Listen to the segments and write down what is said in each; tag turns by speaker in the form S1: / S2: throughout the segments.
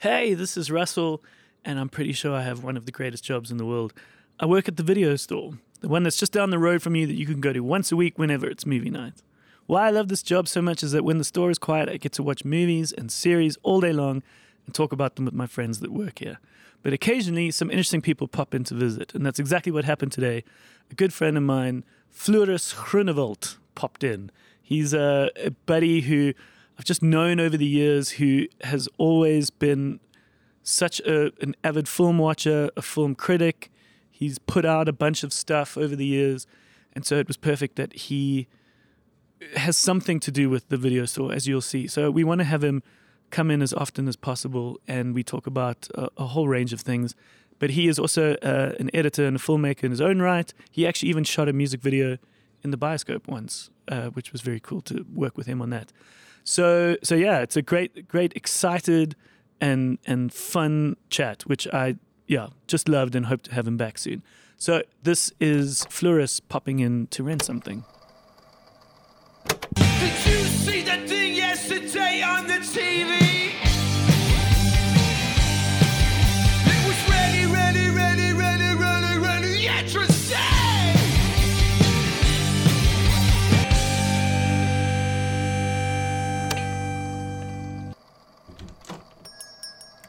S1: Hey, this is Russell, and I'm pretty sure I have one of the greatest jobs in the world. I work at the video store, the one that's just down the road from you that you can go to once a week whenever it's movie night. Why I love this job so much is that when the store is quiet, I get to watch movies and series all day long and talk about them with my friends that work here. But occasionally, some interesting people pop in to visit, and that's exactly what happened today. A good friend of mine, Floris Grunewald, popped in. He's a, a buddy who I've just known over the years who has always been such a, an avid film watcher, a film critic. He's put out a bunch of stuff over the years, and so it was perfect that he has something to do with the video store, as you'll see. So we want to have him come in as often as possible, and we talk about a, a whole range of things. But he is also uh, an editor and a filmmaker in his own right. He actually even shot a music video in the bioscope once, uh, which was very cool to work with him on that. So, so yeah, it's a great, great, excited and and fun chat, which I yeah just loved and hope to have him back soon. So this is Flores popping in to rent something.
S2: Did you see that thing yesterday on the TV? It was ready, ready, ready, ready, ready, ready, yesterday!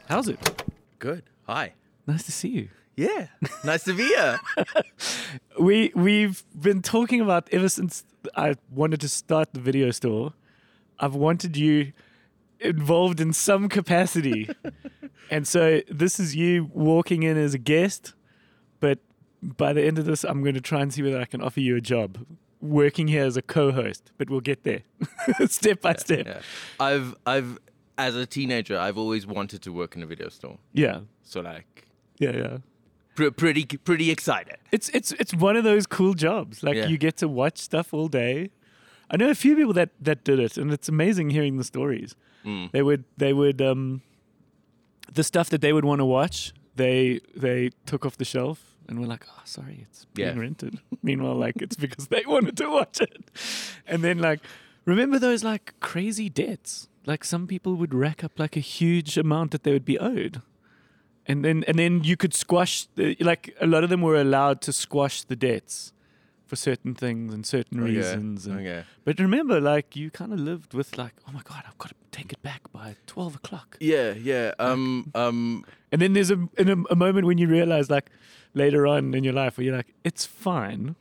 S1: How's it?
S3: Good. Hi.
S1: Nice to see you.
S3: Yeah. Nice to be here.
S1: We we've been talking about ever since I wanted to start the video store. I've wanted you involved in some capacity, and so this is you walking in as a guest. But by the end of this, I'm going to try and see whether I can offer you a job working here as a co-host. But we'll get there, step by step.
S3: Yeah. I've I've as a teenager, I've always wanted to work in a video store.
S1: yeah,
S3: So like
S1: yeah. yeah.
S3: pr- pretty pretty excited.
S1: It's it's it's one of those cool jobs. Like
S3: Yeah.
S1: you get to watch stuff all day. I know a few people that that did it, and it's amazing hearing the stories.
S3: Mm.
S1: They would they would um, the stuff that they would want to watch. They they took off the shelf and were like, oh, sorry, it's being
S3: Yeah.
S1: rented. Meanwhile, like it's because they wanted to watch it, and then like remember those like crazy debts. Like some people would rack up like a huge amount that they would be owed and then and then you could squash the, like a lot of them were allowed to squash the debts for certain things and certain
S3: Okay,
S1: reasons and-
S3: okay.
S1: but remember like you kind of lived with like oh my god i've got to take it back by 12 o'clock
S3: Yeah, yeah. Um um
S1: and then there's a, in a, a moment when you realize like later on in your life where you're like it's fine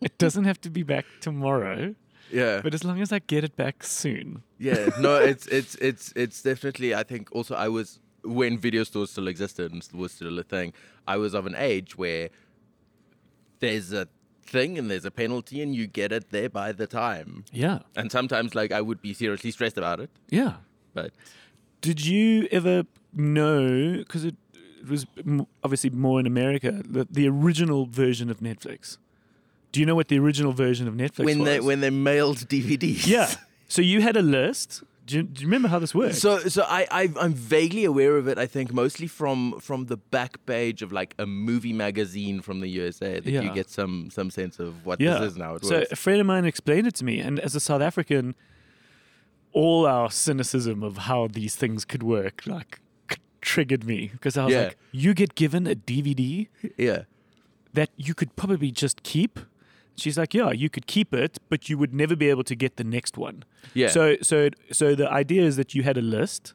S1: it doesn't have to be back tomorrow
S3: yeah.
S1: but as long as i get it back soon
S3: Yeah. No, it's it's it's it's definitely I think also I was when video stores still existed and was still a thing, I was of an age where there's a thing and there's a penalty and you get it there by the time.
S1: yeah
S3: And sometimes like I would be seriously stressed about it,
S1: yeah
S3: but
S1: Did you ever know? Because it, it was m- obviously more in America, the, the original version of Netflix. Do you know what the original version of Netflix
S3: when
S1: was?
S3: they when they mailed DVDs.
S1: yeah. So you had a list. Do you, do you remember how this worked?
S3: So so I, I I'm vaguely aware of it. I think mostly from from the back page of like a movie magazine from the USA that
S1: Yeah.
S3: you get some some sense of what
S1: yeah.
S3: this is now. It
S1: so
S3: works.
S1: a friend of mine explained it to me, and as a South African, all our cynicism of how these things could work like c- triggered me because I was
S3: Yeah.
S1: like, you get given a DVD
S3: yeah.
S1: that you could probably just keep. She's like, yeah, you could keep it, but you would never be able to get the next one.
S3: Yeah.
S1: So, so, so the idea is that you had a list,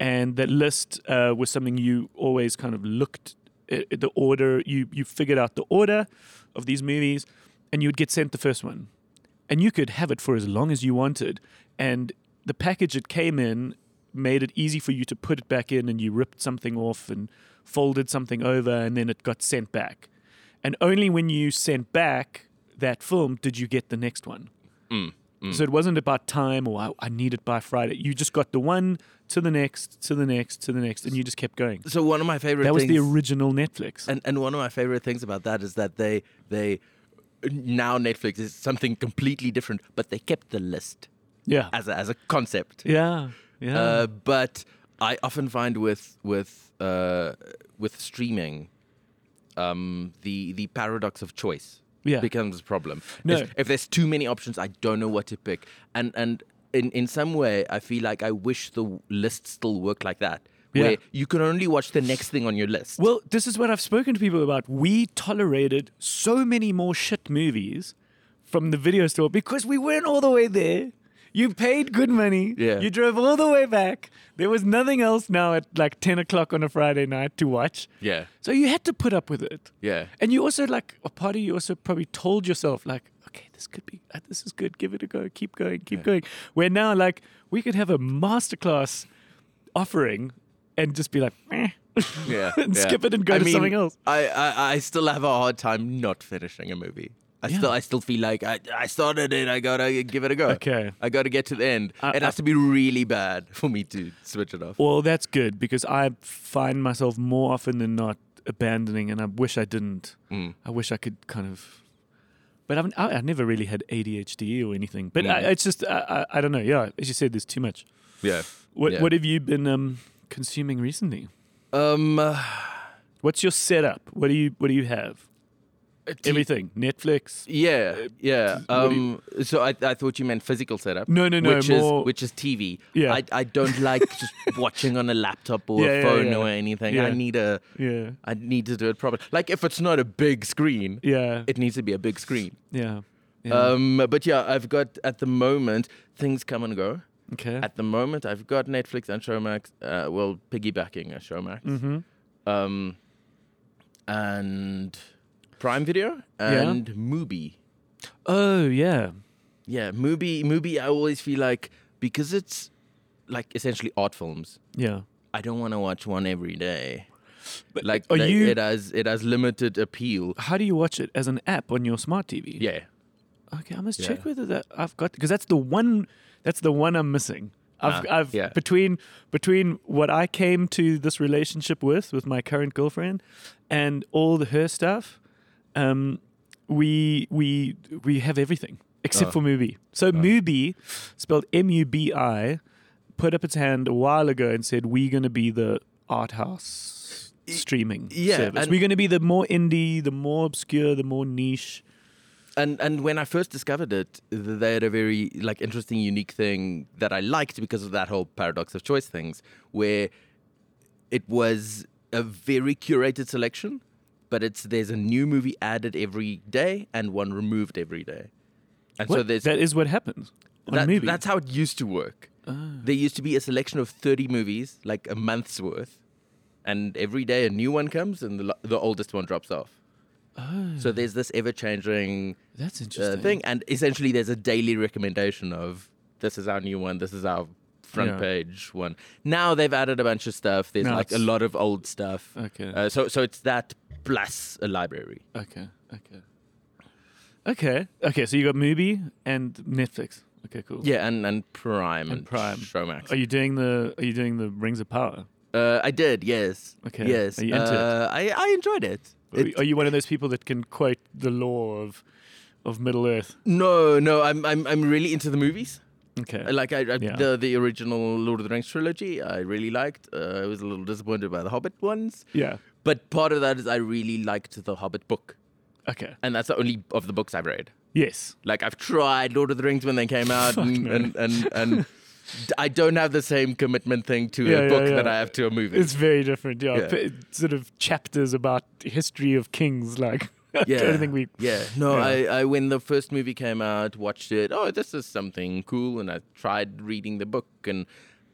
S1: and that list uh, was something you always kind of looked at at the order. You you figured out the order of these movies, and you would get sent the first one, and you could have it for as long as you wanted. And the package it came in made it easy for you to put it back in, and you ripped something off and folded something over, and then it got sent back. And only when you sent back that film did you get the next one.
S3: Hmm.
S1: So it wasn't about time or I, I need it by Friday. You just got the one to the next, to the next, to the next, and you just kept going.
S3: So one of my favorite
S1: That was
S3: things
S1: the original Netflix.
S3: and and one of my favorite things about that is that they they now Netflix is something completely different, but they kept the list
S1: yeah.
S3: as a, as a concept.
S1: yeah. Yeah.
S3: Uh, but I often find with with uh, with streaming, um, the the paradox of choice
S1: Yeah.
S3: becomes a problem.
S1: No.
S3: If, if there's too many options, I don't know what to pick, and and in in some way, I feel like I wish the w- list still worked like that,
S1: Yeah.
S3: where you can only watch the next thing on your list.
S1: Well, this is what I've spoken to people about. We tolerated so many more shit movies from the video store because we weren't all the way there. You paid good money.
S3: Yeah.
S1: You drove all the way back. There was nothing else now at like 10 o'clock on a Friday night to watch.
S3: yeah,
S1: So you had to put up with it.
S3: yeah,
S1: And you also like a part of you also probably told yourself like, okay, this could be, uh, this is good. Give it a go. Keep going. Keep going. Where now, like, we could have a masterclass offering and just be like, meh.
S3: yeah.
S1: And
S3: yeah.
S1: skip it and go
S3: I
S1: to
S3: mean,
S1: something else.
S3: I, I I still have a hard time not finishing a movie. I
S1: Yeah.
S3: still I still feel like I I started it. I gotta give it a go.
S1: Okay. Uh,
S3: I gotta get to the end.
S1: I-
S3: it
S1: I-
S3: has to be really bad for me to switch it off.
S1: Well, that's good because I find myself more often than not abandoning, and I wish I didn't. I wish I could kind of. But I've, I, I never really had ADHD E or anything. But I,
S3: Mm.
S1: it's just I, I, I don't know. Yeah, as you said, there's too much.
S3: Yeah.
S1: What
S3: Yeah.
S1: What have you been um, consuming recently?
S3: Um. uh,
S1: What's your setup? What do you What do you have? Everything. Netflix.
S3: Yeah, yeah.
S1: Uh, what do
S3: Um, so I, I thought you meant physical setup.
S1: No, no, no,
S3: Which
S1: more-
S3: is which is TV.
S1: Yeah.
S3: I, I don't like just watching on a laptop or
S1: Yeah, yeah,
S3: a phone
S1: yeah.
S3: or anything. I
S1: Yeah.
S3: need a
S1: Yeah.
S3: I need to do it properly. Like if it's not a big screen,
S1: Yeah.
S3: it needs to be a big screen.
S1: yeah. Yeah.
S3: Um, but yeah, I've got at the moment things come and go.
S1: okay.
S3: At the moment, I've got Netflix and Showmax. Uh, well, piggybacking a Showmax.
S1: mm-hmm.
S3: Um, and Prime Video
S1: Yeah.
S3: and Mubi.
S1: Oh yeah.
S3: Yeah, Mubi, Mubi. I always feel like because it's like essentially art films.
S1: Yeah.
S3: I don't want to watch one every day.
S1: But
S3: Like
S1: are
S3: they-
S1: you?
S3: it has it has limited appeal.
S1: how do you watch it as an app on your smart TV?
S3: Yeah,
S1: Okay, I must
S3: Yeah.
S1: check whether that I've got because that's the one that's the one I'm missing. I've,
S3: Ah,
S1: I've
S3: yeah.
S1: between between what I came to this relationship with with my current girlfriend and all the her stuff, um, we we we have everything except
S3: Oh.
S1: for Mubi. So Mubi, spelled M U B I, put up its hand a while ago and said we're going to be the art house streaming
S3: yeah,
S1: service.
S3: and-
S1: We're going to be the more indie, the more obscure, the more niche.
S3: and and when I first discovered it, th- they had a very like interesting, unique thing that I liked because of that whole paradox of choice things, where it was a very curated selection, but it's there's a new movie added every day and one removed every day, and so
S1: What?
S3: there's
S1: that is what happens on Oh.
S3: That-
S1: Mubi.
S3: That's how it used to work. There used to be a selection of 30 movies, like a month's worth. And every day a new one comes and the, lo- the oldest one drops off.
S1: oh,
S3: So there's this ever changing
S1: that's
S3: uh,
S1: interesting.
S3: thing. And essentially, there's a daily recommendation of this is our new one, this is our front
S1: Yeah.
S3: page one. Now they've added a bunch of stuff. There's
S1: Now
S3: like a
S1: it's-
S3: lot of old stuff.
S1: Okay.
S3: Uh, so, so it's that plus a library.
S1: okay. Okay. Okay. Okay. So you got Mubi and Netflix. Okay. Cool.
S3: Yeah, and, and Prime and,
S1: Prime.
S3: Showmax.
S1: Are you doing the Are you doing the Rings of Power?
S3: Uh, I did, yes.
S1: Okay.
S3: Yes.
S1: Are you into it?
S3: uh, I, I enjoyed it.
S1: Are-
S3: It-
S1: are you one of those people that can quote the law of of Middle Earth?
S3: no, no, I'm, I'm, I'm really into the movies.
S1: Okay.
S3: Like I, I
S1: Yeah.
S3: the, the original Lord of the Rings trilogy, I really liked. Uh, I was a little disappointed by the Hobbit ones,
S1: yeah.
S3: but part of that is I really liked the Hobbit book,
S1: Okay.
S3: and that's the only of the books I've read.
S1: Yes.
S3: Like I've tried Lord of the Rings when they came out,
S1: Fuck
S3: and,
S1: no.
S3: and and and d- I don't have the same commitment thing to
S1: Yeah, yeah,
S3: a book that
S1: yeah.
S3: I have to a movie.
S1: It's very different. Yeah.
S3: Yeah.
S1: P- Sort of chapters about history of kings. Like I don't think we.
S3: Yeah. No,
S1: Yeah.
S3: I, I when the first movie came out, watched it. Oh, this is something cool, and I tried reading the book, and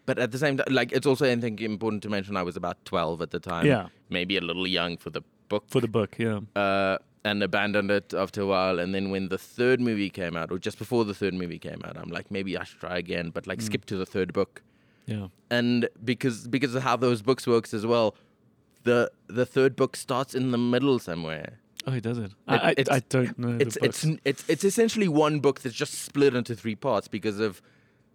S3: but at the same time, like it's also I think important to mention I was about twelve at the time.
S1: Yeah.
S3: Maybe a little young for the book.
S1: For the book. Yeah.
S3: uh, and abandoned it after a while, and then when the third movie came out, or just before the third movie came out, I'm like, maybe I should try again, but
S1: Mm.
S3: like skip to the third book
S1: Yeah.
S3: and because because of how those books works as well the the third book starts in the middle somewhere
S1: Oh, he does it.
S3: It-
S1: I, I,
S3: it's-
S1: I don't know. the
S3: it's it's
S1: books.
S3: it's it's essentially one book that's just split into three parts because of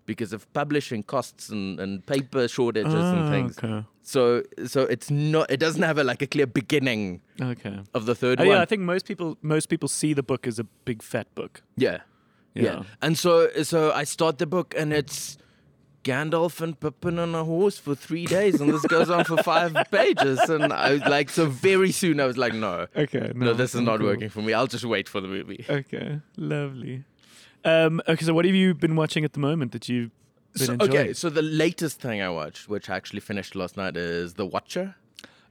S3: because of publishing costs and, and paper shortages
S1: Ah,
S3: and things
S1: Okay.
S3: so so it's not it doesn't have a like a clear beginning
S1: Okay.
S3: of the third
S1: Oh,
S3: one.
S1: yeah, I think most people most people see the book as a big fat book.
S3: yeah yeah
S1: Yeah.
S3: and so so i start the book and it's Gandalf and Pippin on a horse for three days, and this goes on for five pages. And I was like, so very soon I was like, no,
S1: Okay.
S3: No, this is not working for me. I'll just wait for the movie.
S1: Okay. Lovely. Um, okay, so what have you been watching at the moment that you but
S3: So-
S1: enjoy.
S3: okay, so the latest thing I watched, which I actually finished last night, is The Watcher,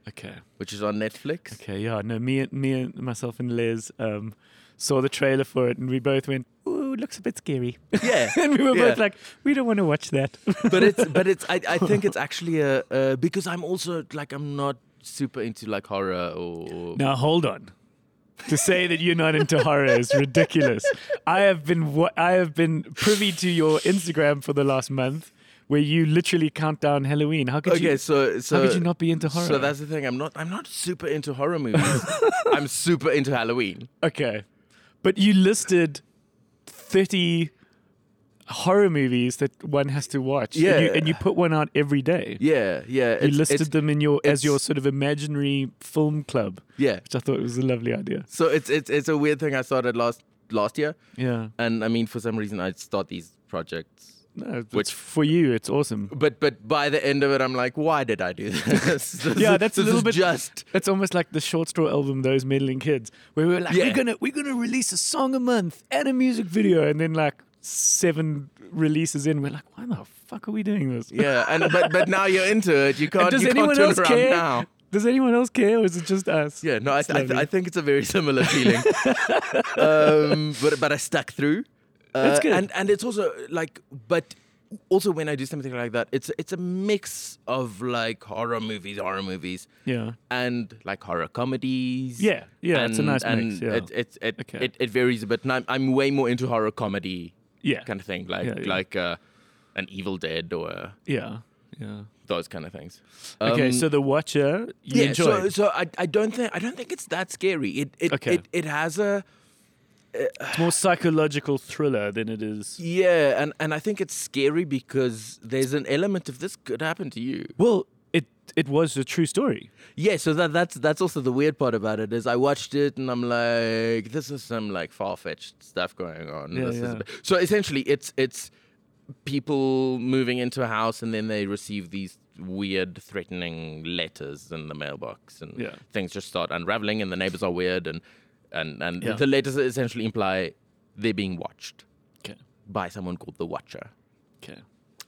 S1: okay.
S3: which is on Netflix.
S1: Okay, yeah, no, me and me and myself and Liz um, saw the trailer for it, and we both went, "Ooh, it looks a bit scary,"
S3: Yeah,
S1: and we were
S3: Yeah.
S1: both like, "We don't want to watch that."
S3: but it's but it's I, I think it's actually a, a because I'm also like I'm not super into like horror or
S1: now hold on, to say that you're not into horror is ridiculous. I have been wa- I have been privy to your Instagram for the last month, where you literally count down Halloween. How could
S3: Okay,
S1: you?
S3: so so
S1: how could you not be into horror?
S3: So that's the thing. I'm not. I'm not super into horror movies. I'm super into Halloween.
S1: Okay. But you listed 30 horror movies that one has to watch. And you,
S3: Yeah.
S1: and you put one out every day.
S3: Yeah, yeah.
S1: you listed them in your as your
S3: it's-
S1: sort of imaginary film club,
S3: Yeah.
S1: which I thought was a lovely idea.
S3: So it's it's it's a weird thing. I started last last year,
S1: Yeah.
S3: and I mean for some reason I start these projects.
S1: No, it's
S3: Which-
S1: for you, it's awesome.
S3: But but by the end of it, I'm like, why did I do this? This
S1: Yeah,
S3: is-
S1: that's a
S3: this
S1: little
S3: is
S1: bit-
S3: Just
S1: It's almost like the short straw album, those meddling kids, where we were like, we're
S3: Yeah.
S1: gonna we're gonna release a song a month and a music video, and then like seven releases in, we're like, why the fuck are we doing this?
S3: yeah. And but but now you're into it. You can't.
S1: And does
S3: you
S1: anyone
S3: can't turn
S1: else
S3: around
S1: care?
S3: now.
S1: Does anyone else care, or is it just us?
S3: Yeah, no, I,
S1: It's
S3: th- I, th-
S1: lovely.
S3: I think it's a very similar feeling. um, but but I stuck through. Uh,
S1: That's good.
S3: And and it's also like, but also when I do something like that, it's it's a mix of like horror movies, horror movies,
S1: yeah.
S3: and like horror comedies.
S1: Yeah, yeah, it's a nice
S3: and
S1: mix, yeah.
S3: It it it,
S1: Okay.
S3: it it varies a bit. And I'm I'm way more into horror comedy
S1: Yeah.
S3: kind of thing, like
S1: Yeah, yeah.
S3: like uh, an Evil Dead or
S1: yeah. Yeah.
S3: those kind of things.
S1: Okay,
S3: Um,
S1: so the Watcher, you
S3: so,
S1: enjoyed.
S3: so I, I don't think I don't think it's that scary. It it,
S1: Okay.
S3: it it has a
S1: it's more psychological thriller than it is.
S3: yeah, and, and I think it's scary because there's an element of this could happen to you.
S1: Well, it it was a true story.
S3: Yeah, so that that's that's also the weird part about it is I watched it and I'm like, this is some like far fetched stuff going on.
S1: Yeah,
S3: This is a
S1: yeah.
S3: bit- so essentially, it's it's people moving into a house and then they receive these weird threatening letters in the mailbox and
S1: Yeah.
S3: things just start unraveling and the neighbors are weird and and and
S1: Yeah.
S3: the letters essentially imply they're being watched
S1: Okay.
S3: by someone called the Watcher.
S1: Okay.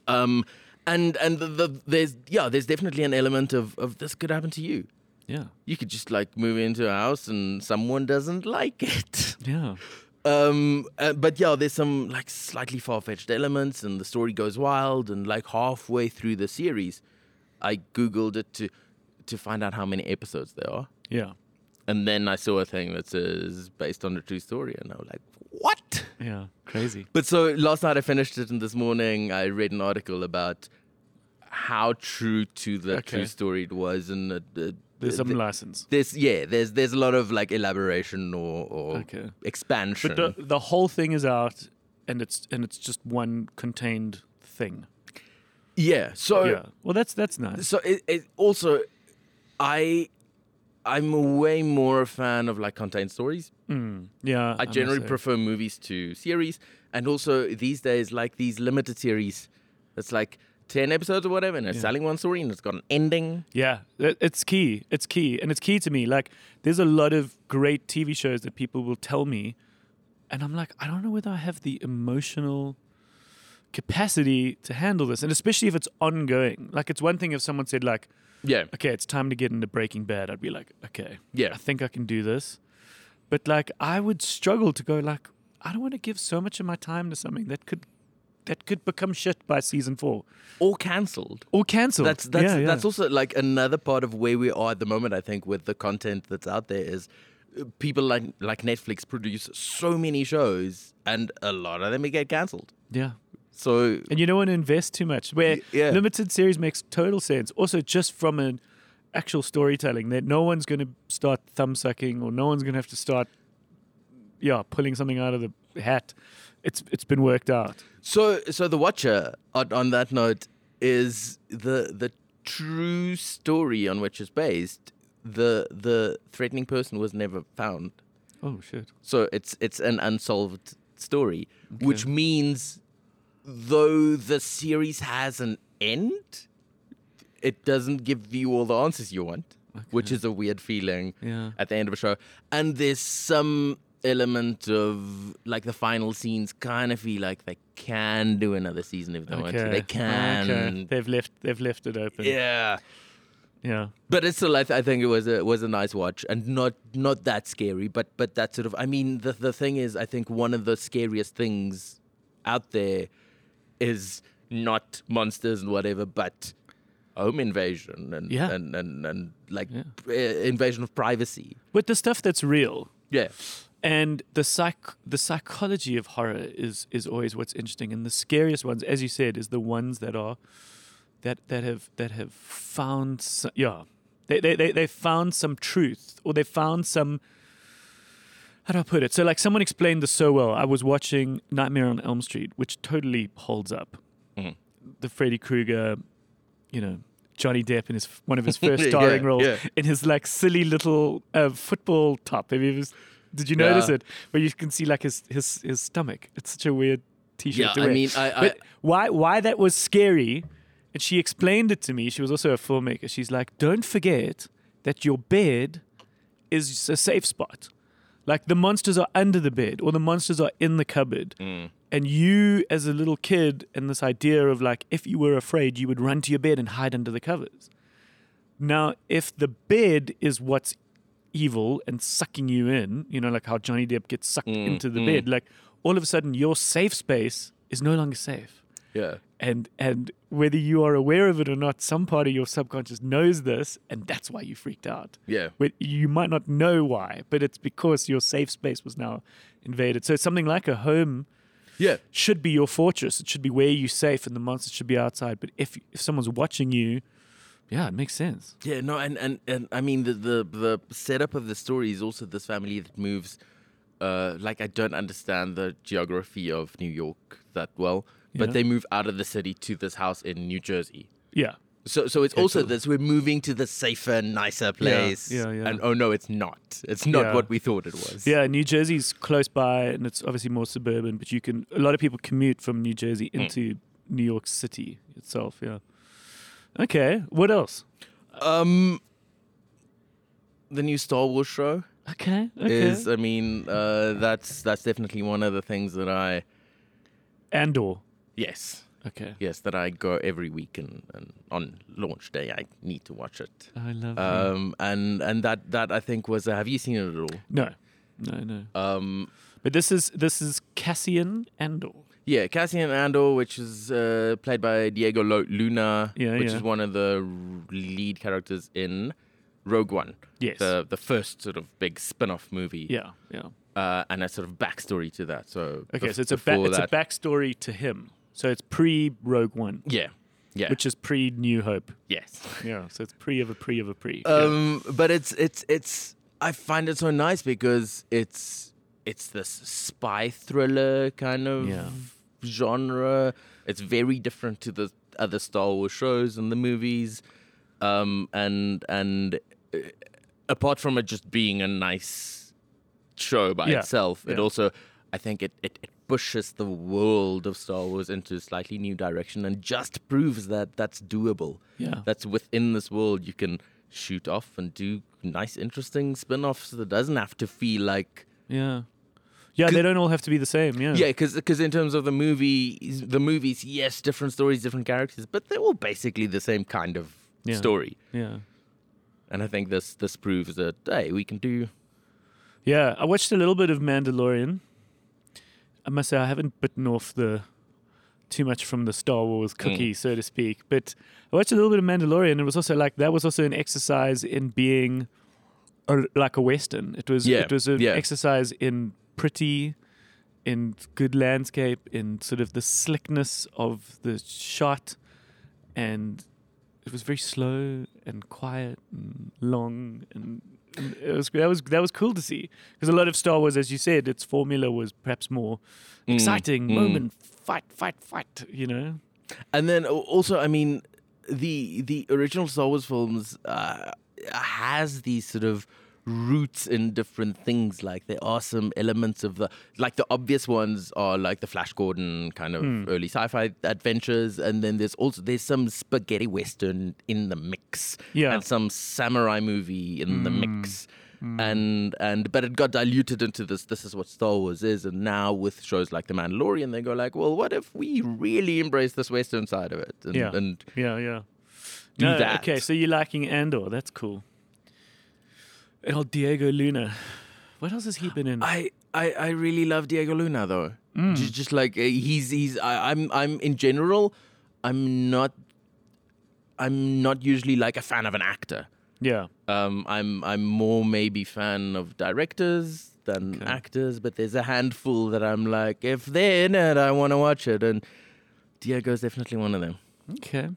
S3: Um, and and the, the, there's yeah, there's definitely an element of of this could happen to you.
S1: Yeah.
S3: You could just like move into a house and someone doesn't like it.
S1: Yeah.
S3: Um, uh, but yeah, there's some like slightly far fetched elements, and the story goes wild. And like halfway through the series, I googled it to to find out how many episodes there are,
S1: Yeah.
S3: and then I saw a thing that says based on a true story, and I was like, what?
S1: Yeah. Crazy.
S3: But so last night I finished it, and this morning I read an article about how true to the
S1: Okay.
S3: true story it was, and uh, uh,
S1: There's some
S3: th-
S1: license.
S3: there's yeah, there's there's a lot of like elaboration or, or
S1: Okay.
S3: expansion.
S1: But the, the whole thing is out and it's and it's just one contained thing.
S3: yeah, so
S1: Yeah. Well, that's that's nice.
S3: so it, it also I I'm way more a fan of like contained stories.
S1: Mm. Yeah.
S3: I
S1: must
S3: generally
S1: say.
S3: prefer movies to series, and also these days like these limited series. It's like ten episodes or whatever, and it's telling one story and it's got an ending.
S1: Yeah, it- it's key. It's key, and it's key to me. Like, there's a lot of great TV shows that people will tell me, and I'm like, I don't know whether I have the emotional capacity to handle this, and especially if it's ongoing. Like, it's one thing if someone said like,
S3: Yeah,
S1: okay, it's time to get into Breaking Bad. I'd be like, okay,
S3: Yeah.
S1: I think I can do this. But like, I would struggle to go like, I don't want to give so much of my time to something that could that could become shit by season four
S3: or cancelled.
S1: or cancelled.
S3: That's that's
S1: Yeah, yeah.
S3: that's also like another part of where we are at the moment. I think with the content that's out there is uh, people like like Netflix produce so many shows, and a lot of them get cancelled.
S1: yeah.
S3: So
S1: and you don't want to invest too much. Where
S3: Y- yeah.
S1: limited series makes total sense. Also, just from an actual storytelling, that no one's going to start thumb sucking or no one's going to have to start, yeah, pulling something out of the hat. It's it's been worked out.
S3: So, so the Watcher on, on that note is the the true story on which it's based. The the threatening person was never found,
S1: Oh shit!
S3: so it's it's an unsolved story, which means though the series has an end, it doesn't give you all the answers you want, which is a weird feeling
S1: Yeah.
S3: at the end of a show. And there's some element of like the final scenes kind of feel like they can do another season if they want to. They can.
S1: Okay. They've left. They've left it open.
S3: Yeah.
S1: Yeah.
S3: But it's still, I, th- I think it was a was a nice watch, and not not that scary, but but that sort of. I mean, the the thing is, I think one of the scariest things out there is not monsters and whatever, but home invasion and
S1: Yeah.
S3: and, and and like
S1: Yeah.
S3: eh, invasion of privacy.
S1: With the stuff that's real,
S3: Yeah,
S1: and the psych the psychology of horror is is always what's interesting and the scariest ones as you said is the ones that are that that have that have found so, yeah they they they they found some truth or they found some how do I put it? So, like, someone explained this so well. I was watching Nightmare on Elm Street, which totally holds up.
S3: Mhm.
S1: The Freddy Krueger, you know, Johnny Depp in his one of his first starring
S3: Yeah,
S1: roles
S3: yeah.
S1: in his like silly little uh, football top. Have you ever, s- did you notice
S3: Yeah.
S1: it? Where you can see like his his his stomach. It's such a weird t-shirt
S3: yeah.
S1: to
S3: I
S1: wear.
S3: mean, I, I
S1: But why why that was scary, and she explained it to me. She was also a filmmaker. She's like, don't forget that your bed is a safe spot. Like the monsters are under the bed, or the monsters are in the cupboard.
S3: Mm.
S1: And you, as a little kid, and this idea of like, if you were afraid, you would run to your bed and hide under the covers. Now, if the bed is what's evil and sucking you in, you know, like how Johnny Depp gets sucked into the bed, like all of a sudden your safe space is no longer safe.
S3: yeah.
S1: And and whether you are aware of it or not, some part of your subconscious knows this, and that's why you freaked out.
S3: Yeah.
S1: But you might not know why, but it's because your safe space was now invaded. So something like a home
S3: Yeah,
S1: should be your fortress. It should be where you're safe, and the monsters should be outside. But if if someone's watching you, yeah, it makes sense.
S3: yeah, no, and and and I mean the the the setup of the story is also this family that moves. Uh, like I don't understand the geography of New York that well, but
S1: Yeah.
S3: they move out of the city to this house in New Jersey.
S1: Yeah.
S3: So so it's also
S1: cool.
S3: this we're moving to the safer, nicer place.
S1: yeah, yeah.
S3: And oh no, it's not. It's not
S1: Yeah.
S3: what we thought it was.
S1: Yeah, New Jersey's close by, and it's obviously more suburban. But you can a lot of people commute from New Jersey into New York City itself. Yeah. Okay. What else?
S3: Um, the new Star Wars show
S1: Okay.
S3: is. I mean, uh, that's that's definitely one of the things that I.
S1: Andor.
S3: Yes.
S1: Okay.
S3: Yes, that I go every week and, and on launch day I need to watch it.
S1: I love. that.
S3: Um, and and that that I think was. Uh, have you seen it at all?
S1: No. No. No.
S3: Um,
S1: But this is this is Cassian Andor.
S3: Yeah, Cassian Andor, which is uh, played by Diego Lo- Luna,
S1: Yeah,
S3: which
S1: yeah.
S3: is one of the r- lead characters in Rogue One.
S1: Yes.
S3: The, the first sort of big spin off movie.
S1: Yeah. Yeah.
S3: Uh, and a sort of backstory to that. So
S1: Okay.
S3: bef-
S1: so it's a ba-
S3: before
S1: it's a
S3: that-
S1: backstory to him. So it's pre Rogue One,
S3: Yeah. Yeah.
S1: which is pre New Hope.
S3: yes.
S1: Yeah. So it's pre of a pre of a pre. Yeah.
S3: Um, but it's it's it's I find it so nice because it's it's this spy thriller kind of
S1: Yeah.
S3: genre. It's very different to the other Star Wars shows and the movies, um, and and uh, apart from it just being a nice show by
S1: Yeah.
S3: itself, it
S1: Yeah.
S3: also I think it, it it pushes the world of Star Wars into a slightly new direction and just proves that that's doable
S1: Yeah.
S3: that's within this world you can shoot off and do nice interesting spin-offs that doesn't have to feel like
S1: Yeah. Yeah, they don't all have to be the same. Yeah.
S3: yeah because in terms of the movie the movies yes different stories different characters but they're all basically the same kind of
S1: Yeah.
S3: story
S1: Yeah.
S3: and i think this this proves that hey we can do
S1: Yeah. I watched a little bit of Mandalorian. I must say I haven't bitten off the too much from the Star Wars
S3: Mm.
S1: cookie, so to speak. But I watched a little bit of Mandalorian. It was also like that was also an exercise in being a, like a Western. It was
S3: Yeah,
S1: it was an
S3: yeah.
S1: exercise in pretty, in good landscape, in sort of the slickness of the shot, and it was very slow and quiet and long and. and It was that was that was cool to see because a lot of Star Wars, as you said, its formula was perhaps more exciting
S3: mm.
S1: moment, fight, fight, fight. You know,
S3: and then al- also i mean the the original star wars films uh, has these sort of roots in different things like there are some elements of the like the obvious ones are like the flash gordon kind of early sci-fi adventures and then there's also there's some spaghetti western in the mix
S1: Yeah.
S3: and some samurai movie in the mix and and but it got diluted into this. This is what Star Wars is, and now with shows like The Mandalorian, they go like, well, what if we really embrace this Western side of it? And,
S1: Yeah.
S3: and
S1: Yeah, yeah.
S3: Do that.
S1: Okay, so you're liking Andor. That's cool. And old Diego Luna. What else has he been in?
S3: I, I I really love Diego Luna though. Just, just like uh, he's he's I, I'm I'm in general, I'm not. I'm not usually like a fan of an actor.
S1: yeah.
S3: Um, I'm I'm more maybe fan of directors than
S1: Okay.
S3: actors, but there's a handful that I'm like, if they're in it, I want to watch it, and Diego's definitely one of them.
S1: Okay.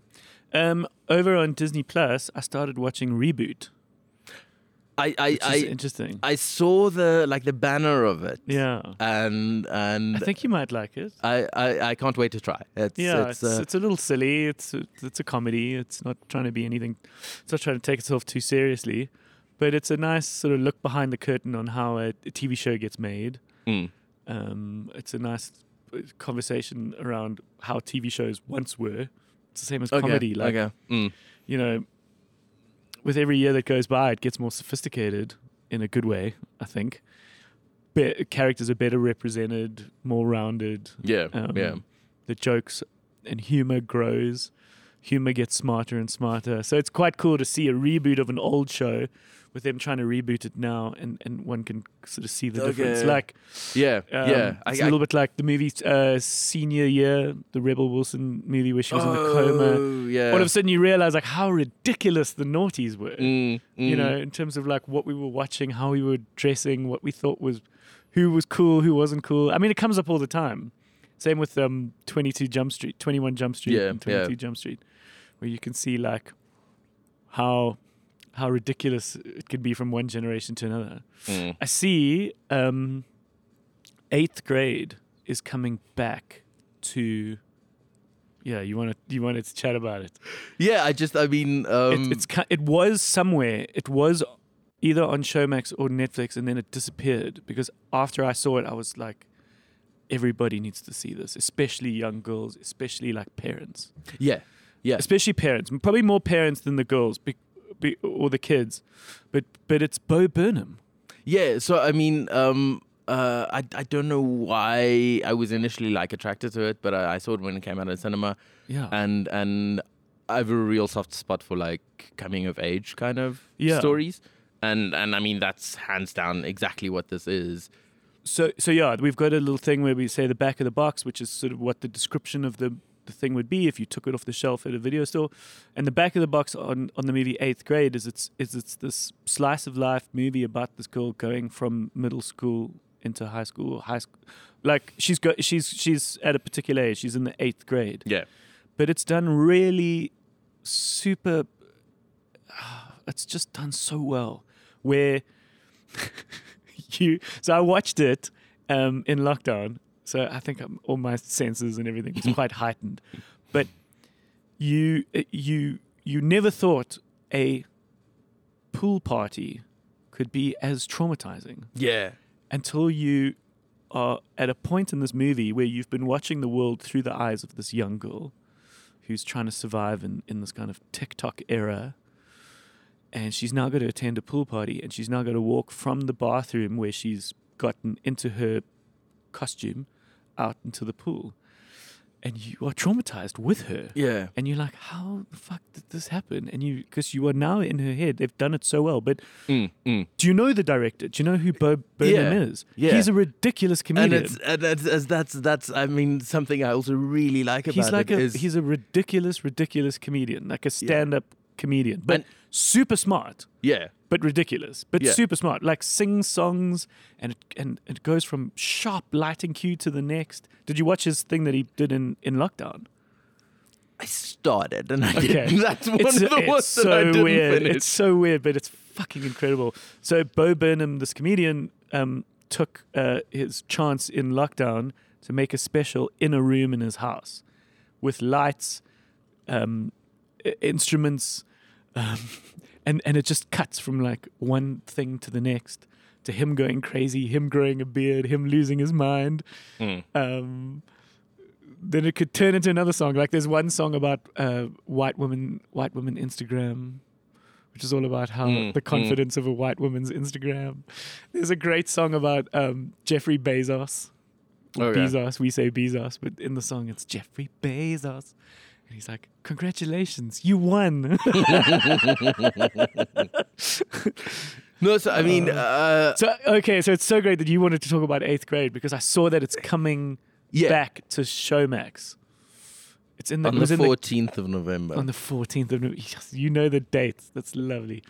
S1: Um, over on Disney Plus, I started watching Reboot,
S3: I I
S1: which is
S3: I,
S1: interesting.
S3: I Um, saw the like the banner of it,
S1: yeah.
S3: and and
S1: I think you might like it.
S3: I, I I can't wait to try. It's
S1: Yeah,
S3: it's,
S1: it's,
S3: uh,
S1: it's a little silly. It's a, it's a comedy. It's not trying to be anything. It's not trying to take itself too seriously, but it's a nice sort of look behind the curtain on how a, a TV show gets made.
S3: mm.
S1: Um, it's a nice uh, conversation around how TV shows once were. It's the same as
S3: Okay,
S1: comedy. Like
S3: okay. Mm.
S1: you know, with every year that goes by, it gets more sophisticated in a good way. I think Be- characters are better represented, more rounded.
S3: yeah
S1: Um,
S3: yeah
S1: The jokes and humor grows. Humor gets smarter and smarter. So it's quite cool to see a reboot of an old show with them trying to reboot it now and, and one can sort of see the difference.
S3: Okay.
S1: Like
S3: yeah
S1: um,
S3: yeah. I-
S1: it's a
S3: I-
S1: little bit like the movie uh, Senior Year, the Rebel Wilson movie where she was in a coma.
S3: Oh, yeah.
S1: All of a sudden, you realize like how ridiculous the noughties were.
S3: Mm,
S1: You
S3: mm.
S1: know, in terms of like what we were watching, how we were dressing, what we thought was who was cool, who wasn't cool. I mean, it comes up all the time. Same with um, 22 Jump Street, 21 Jump Street,
S3: Yeah,
S1: and 22
S3: yeah.
S1: Jump Street, where you can see like how how ridiculous it could be from one generation to another.
S3: Mm.
S1: I see um, eighth grade is coming back to. Yeah, you want to you wanted to chat about it.
S3: Yeah, I just, I mean, um,
S1: it it's ki- it was somewhere. It was either on Showmax or Netflix, and then it disappeared because after I saw it, I was like, everybody needs to see this, especially young girls, especially like parents
S3: yeah, yeah,
S1: especially parents, probably more parents than the girls be, be, or the kids. But but it's Bo Burnham.
S3: yeah. So I mean, um, uh, I I don't know why I was initially like attracted to it, but I, I saw it when it came out in cinema,
S1: Yeah.
S3: and and I have a real soft spot for like coming of age kind of
S1: Yeah.
S3: stories, and and I mean that's hands down exactly what this is.
S1: so so yeah, we've got a little thing where we say the back of the box, which is sort of what the description of the the thing would be if you took it off the shelf at a video store. And the back of the box on, on the movie Eighth Grade is it's is it's this slice of life movie about this girl going from middle school into high school, or high school. Like she's got she's she's at a particular age. She's in the eighth grade.
S3: Yeah,
S1: but it's done really super it's just done so well where you so i watched it um, in lockdown so i think i all my senses and everything was quite heightened but you uh, you you never thought a pool party could be as traumatizing
S3: yeah,
S1: until you are at a point in this movie where you've been watching the world through the eyes of this young girl who's trying to survive in, in this kind of TikTok era. And she's now got to attend a pool party and she's now got to walk from the bathroom where she's gotten into her costume out into the pool. And you are traumatized with her.
S3: yeah,
S1: And you're like, how the fuck did this happen? And you, because you are now in her head, they've done it so well. But
S3: mm, mm.
S1: do you know the director? Do you know who Bo Burnham
S3: Yeah,
S1: is?
S3: yeah.
S1: He's a ridiculous
S3: and
S1: comedian.
S3: it's and that's that's- that's that's I mean something I also really like about
S1: he's like
S3: it
S1: a
S3: is-
S1: he's a ridiculous, ridiculous comedian, like a stand-up comedian, but
S3: And-
S1: super smart,
S3: yeah,
S1: but ridiculous, but
S3: Yeah.
S1: super smart. Like sings songs, and it, and it goes from sharp lighting cue to the next. Did you watch his thing that he did in in lockdown?
S3: I started and I
S1: Okay.
S3: didn't. That's one
S1: It's-
S3: of the
S1: it's
S3: ones that I didn't
S1: weird.
S3: finish.
S1: It's so weird, but it's fucking incredible. So Bo Burnham, this comedian, um, took uh, his chance in lockdown to make a special in a room in his house with lights, um, i- instruments, um, and and it just cuts from like one thing to the next. To him going crazy, him growing a beard, him losing his mind,
S3: Mm.
S1: um, then it could turn into another song. Like there's one song about uh, white woman, white woman Instagram, which is all about how the confidence of a white woman's Instagram. There's a great song about um, Jeffrey Bezos. Or
S3: Okay.
S1: Bezos, we say Bezos, but in the song it's Jeffrey Bezos. And he's like, Congratulations, you won.
S3: No, so I mean, uh,
S1: so, okay, so it's so great that you wanted to talk about eighth grade because I saw that it's coming
S3: yeah,
S1: back to Showmax. It's in the,
S3: on
S1: it was
S3: the
S1: in the-
S3: fourteenth of November.
S1: on the 14th of November. Yes, you know the date. That's lovely.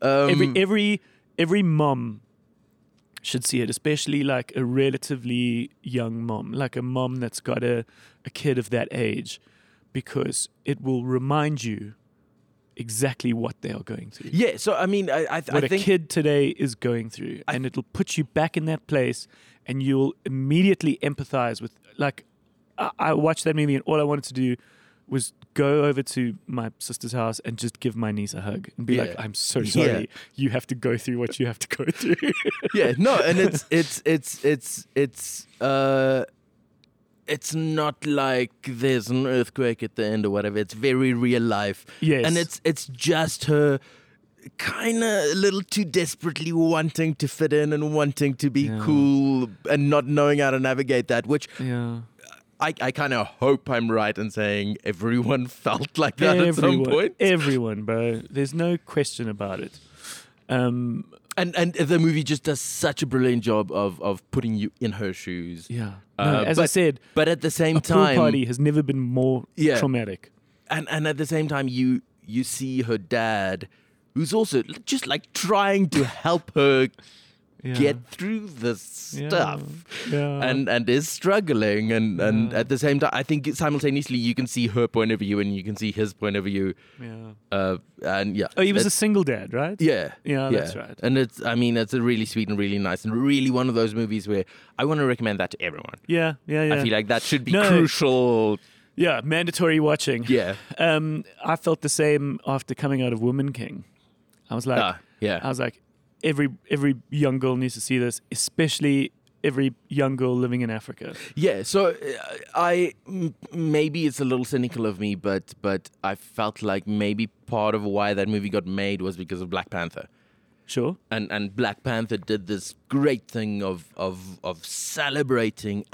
S3: um,
S1: every every every mom should see it, especially like a relatively young mom, like a mom that's got a, a kid of that age, because it will remind you exactly what they are going through.
S3: yeah, so I mean, I, I,
S1: What
S3: I
S1: a
S3: think
S1: kid today is going through, and it'll put you back in that place, and you'll immediately empathize with. Like, I, I watched that movie, and all I wanted to do was go over to my sister's house and just give my niece a hug and be like,
S3: Yeah.
S1: "I'm so
S3: Yeah.
S1: sorry, you have to go through what you have to go through."
S3: yeah no and it's it's it's it's it's uh it's not like there's an earthquake at the end or whatever it's very real life
S1: Yes.
S3: and it's it's just her kind of a little too desperately wanting to fit in and wanting to be
S1: Yeah.
S3: cool and not knowing how to navigate that which
S1: yeah,
S3: i, I kind of hope i'm right in saying everyone felt like that at some point
S1: everyone, bro. There's no question about it. Um,
S3: and and the movie just does such a brilliant job of of putting you in her shoes
S1: yeah. No,
S3: Uh,
S1: as I
S3: but-
S1: said,
S3: but at the same
S1: a pool
S3: time
S1: party has never been more
S3: Yeah.
S1: traumatic.
S3: and and at the same time you you see her dad who's also l- just like trying to help her
S1: Yeah.
S3: get through this
S1: Yeah.
S3: stuff
S1: Yeah.
S3: and and is struggling and and
S1: Yeah.
S3: at the same time i think simultaneously you can see her point of view and you can see his point of view
S1: yeah.
S3: uh and yeah
S1: Oh, he was a
S3: it's-
S1: single dad, right?
S3: yeah
S1: Yeah, that's right.
S3: and it's i mean it's a really sweet and really nice and really one of those movies where i want to recommend that to everyone
S1: Yeah, yeah, yeah.
S3: i feel like that should be
S1: No.
S3: crucial
S1: yeah, mandatory watching.
S3: yeah
S1: Um, I felt the same after coming out of Woman King. I was like,
S3: Ah, yeah
S1: I was like, every every young girl needs to see this, especially every young girl living in Africa.
S3: Yeah, so uh, I m- maybe it's a little cynical of me, but but I felt like maybe part of why that movie got made was because of Black Panther,
S1: Sure.
S3: and and Black Panther did this great thing of of of celebrating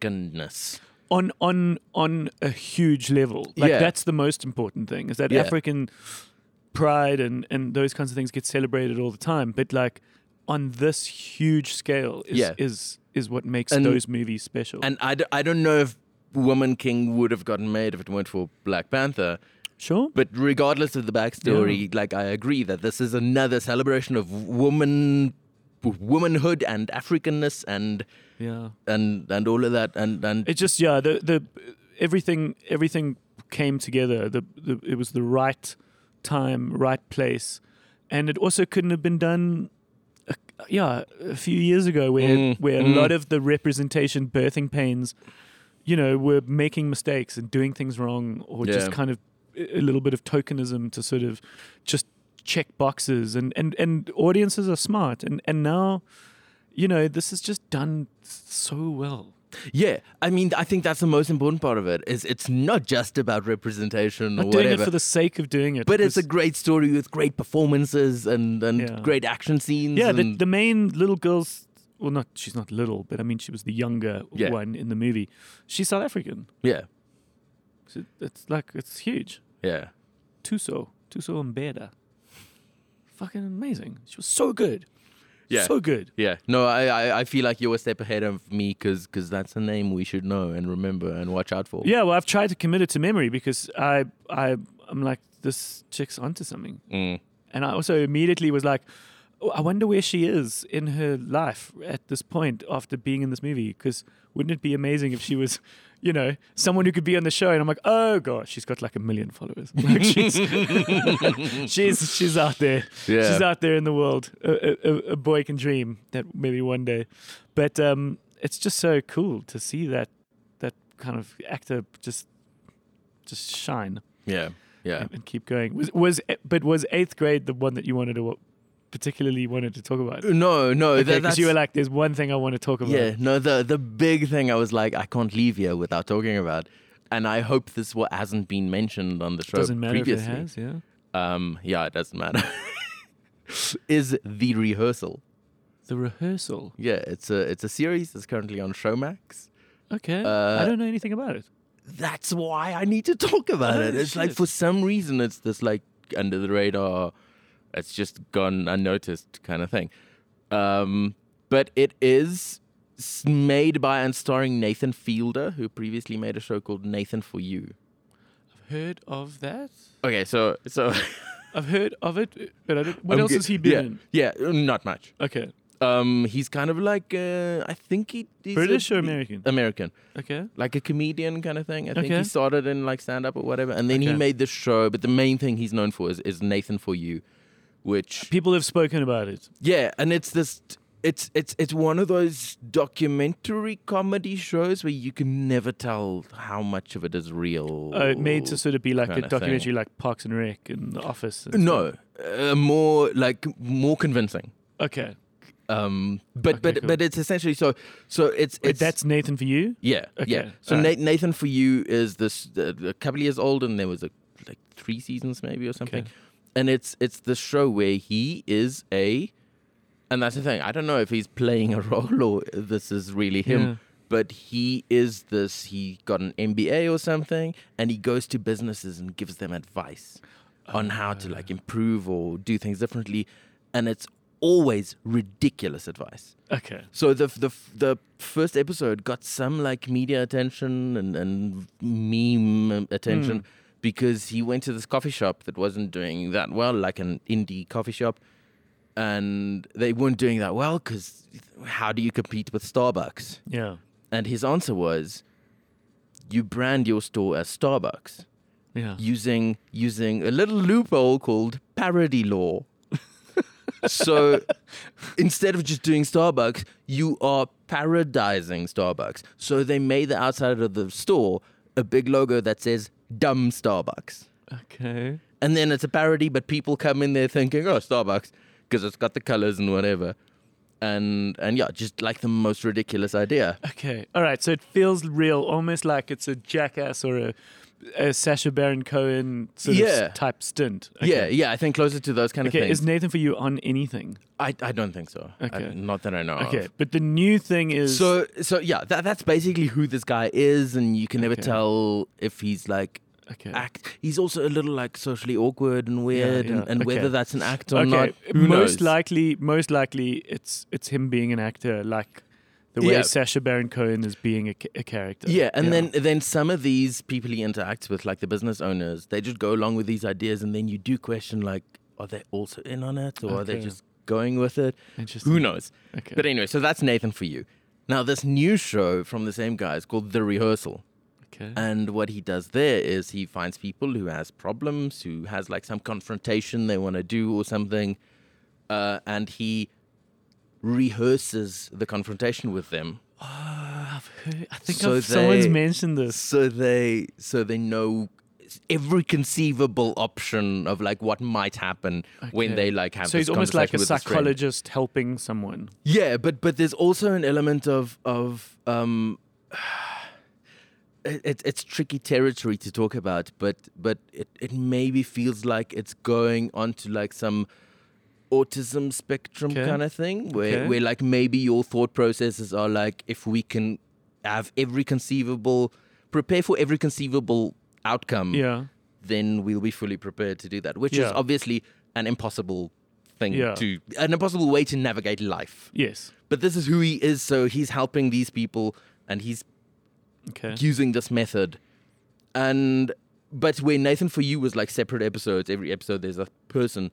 S3: Africanness.
S1: on on on a huge level. Like
S3: Yeah.
S1: that's the most important thing is that
S3: Yeah.
S1: African pride and and those kinds of things get celebrated all the time. But like on this huge scale is
S3: Yeah.
S1: is is what makes
S3: And-
S1: those movies special.
S3: And I, d- I don't know if Woman King would have gotten made if it weren't for Black Panther.
S1: sure.
S3: But regardless of the backstory, like I agree that this is another celebration of woman, womanhood and Africanness and
S1: Yeah.
S3: and and all of that and and
S1: It just yeah, the the everything everything came together. The, the it was the right time, right place. And it also couldn't have been done uh, yeah, a few years ago where
S3: Mm,
S1: where
S3: mm.
S1: a lot of the representation birthing pains you know, were making mistakes and doing things wrong or just
S3: Yeah.
S1: kind of a little bit of tokenism to sort of just check boxes and and and audiences are smart and and now you know, this is just done so well.
S3: yeah i mean i think that's the most important part of it is it's not just about representation
S1: Not
S3: or
S1: doing
S3: whatever
S1: it for the sake of doing it.
S3: but it's a
S1: because-
S3: great story with great performances and and
S1: Yeah.
S3: great action scenes
S1: yeah. The,
S3: and-
S1: the main little girl's well, not she's not little, but I mean she was the younger
S3: Yeah.
S1: one in the movie. She's South African.
S3: yeah
S1: So it's like it's huge.
S3: yeah
S1: Tuso, Tuso Mbeda. Fucking amazing. She was so good.
S3: Yeah.
S1: So good.
S3: yeah no I, I i feel like you're a step ahead of me because that's a name we should know and remember and watch out for
S1: Yeah. Well, I've tried to commit it to memory because I I I'm like this chick's onto something.
S3: Mm.
S1: And I also immediately was like, oh, I wonder where she is in her life at this point after being in this movie. Because wouldn't it be amazing if she was, you know, someone who could be on the show? And I'm like, oh god, she's got like a million followers. Like she's she's she's out there.
S3: Yeah.
S1: She's out there in the world. A, a, a- a boy can dream that maybe one day. But um, it's just so cool to see that that kind of actor just just shine
S3: yeah yeah
S1: and, and keep going. Was was but was eighth grade the one that you wanted to wa- particularly wanted to talk about?
S3: no no Oh, that,
S1: Because
S3: that's
S1: you were like, "There's one thing I want to talk about."
S3: Yeah, no, the the big thing I was like, I can't leave here without talking about, and I hope this wa- hasn't been mentioned on the show
S1: doesn't matter
S3: previously.
S1: if it has. Yeah,
S3: Um, yeah, it doesn't matter. is The Rehearsal.
S1: The rehearsal.
S3: Yeah, it's a it's a series that's currently on Showmax.
S1: Okay. I
S3: Uh,
S1: don't know anything about it.
S3: That's why I need to talk about
S1: Oh,
S3: it. It's like
S1: shit.
S3: for some reason it's this like under the radar, it's just gone unnoticed kind of thing. Um, but it is s- made by and starring Nathan Fielder, who previously made a show called Nathan for You.
S1: I've heard of that.
S3: Okay, so so
S1: I've heard of it, but I don't, what
S3: I'm
S1: else
S3: ge-
S1: has he been
S3: yeah,
S1: in?
S3: Yeah, uh, not much.
S1: Okay.
S3: Um, he's kind of like uh, I think he he's a- uh,
S1: British or American?
S3: American,
S1: Okay.
S3: like a comedian kind of thing. I think
S1: Okay.
S3: he started in like stand up or whatever, and then he
S1: Okay.
S3: made this show. But the main thing he's known for is, is Nathan for You, which
S1: People have spoken about it.
S3: yeah, and it's this. It's it's it's one of those documentary comedy shows where you can never tell how much of it is real.
S1: Uh, it made to sort of be like a
S3: kinda thing.
S1: documentary, like Parks and Rec and The Office. And
S3: no, uh, more like more convincing.
S1: stuff. Okay.
S3: Um, but
S1: Okay,
S3: but
S1: cool.
S3: but it's essentially so so it's
S1: Wait,
S3: it's
S1: that's Nathan for you.
S3: Yeah,
S1: Okay,
S3: yeah. So
S1: all
S3: Na-
S1: right.
S3: Nathan for you is this uh, a couple years old, and there was a, like three seasons maybe or something.
S1: Okay.
S3: And it's it's the show where he is a, and that's the thing. I don't know if he's playing a role or this is really him.
S1: Yeah.
S3: But he is this. He got an MBA or something, and he goes to businesses and gives them advice on how to like
S1: Ah.
S3: improve or do things differently, and it's always ridiculous advice.
S1: Okay.
S3: So the the the first episode got some like media attention and and meme attention because he went to this coffee shop that wasn't doing that well, like an indie coffee shop, and they weren't doing that well because how do you compete with Starbucks?
S1: Yeah.
S3: And his answer was, you brand your store as Starbucks
S1: Yeah.
S3: using using a little loophole called parody law. so instead of just doing Starbucks, you are parodizing Starbucks. So they made the outside of the store a big logo that says dumb Starbucks.
S1: Okay.
S3: And then it's a parody, but people come in there thinking, oh, Starbucks, because it's got the colors and whatever. And and yeah, just like the most ridiculous idea.
S1: Okay. All right. So it feels real, almost like it's a jackass or a, a Sasha Baron Cohen sort
S3: Yeah.
S1: of type stint.
S3: Yeah, yeah, I think closer to those kind of
S1: Okay.
S3: things.
S1: Is Nathan for you on anything?
S3: I, I don't think so. I-
S1: Okay.
S3: not that I know of.
S1: Okay. But the new thing is.
S3: So so yeah, that, that's basically who this guy is, and you can never
S1: Okay.
S3: tell if he's like
S1: okay.
S3: act. He's also a little like socially awkward and weird,
S1: yeah,
S3: and, and whether
S1: okay.
S3: that's an act or
S1: okay.
S3: not, who
S1: most
S3: knows?
S1: likely, most likely, it's it's him being an actor, like the way
S3: Yeah.
S1: Sasha Baron Cohen is being a, ca- a character.
S3: Yeah, and then then some of these people he interacts with, like the business owners, they just go along with these ideas, and then you do question like, are they also in on it, or are they
S1: Okay.
S3: just going with it?
S1: Interesting.
S3: Who knows?
S1: Okay.
S3: But anyway, so that's Nathan for you. Now this new show from the same guy is called The Rehearsal.
S1: okay.
S3: And what he does there is he finds people who has problems, who has like some confrontation they want to do or something, uh, and he rehearses the confrontation with them,
S1: I've heard, I think
S3: So
S1: I've, someone's
S3: they-
S1: mentioned this.
S3: so they so they know every conceivable option of like what might happen when
S1: Okay.
S3: they like have.
S1: So
S3: this
S1: he's almost like a
S3: conversation with this friend.
S1: psychologist helping someone.
S3: Yeah, but but there's also an element of of um, it, it, it's tricky territory to talk about, but but it, it maybe feels like it's going onto like some autism spectrum
S1: Okay.
S3: kind of thing, where
S1: Okay.
S3: where like maybe your thought processes are like if we can have every conceivable prepare for every conceivable outcome,
S1: Yeah.
S3: then we'll be fully prepared to do that, which
S1: Yeah.
S3: is obviously an impossible thing
S1: Yeah.
S3: to an impossible way to navigate life
S1: Yes.
S3: but this is who he is so he's helping these people and he's
S1: Okay.
S3: using this method and but where nathan for you was like separate episodes every episode there's a person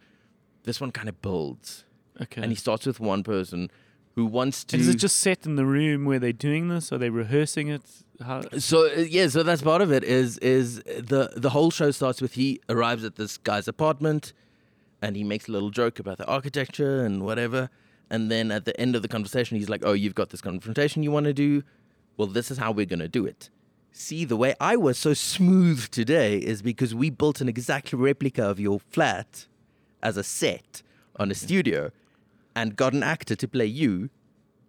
S3: this one kind of builds
S1: okay.
S3: and he starts with one person who wants to
S1: And is it just set in the room where they're doing this? Are they rehearsing it? How,
S3: so uh, yeah so that's part of it is is the the whole show starts with he arrives at this guy's apartment and he makes a little joke about the architecture and whatever and then at the end of the conversation he's like oh you've got this confrontation you want to do well this is how we're going to do it see the way i was so smooth today is because we built an exact replica of your flat as a set on a studio and got an actor to play you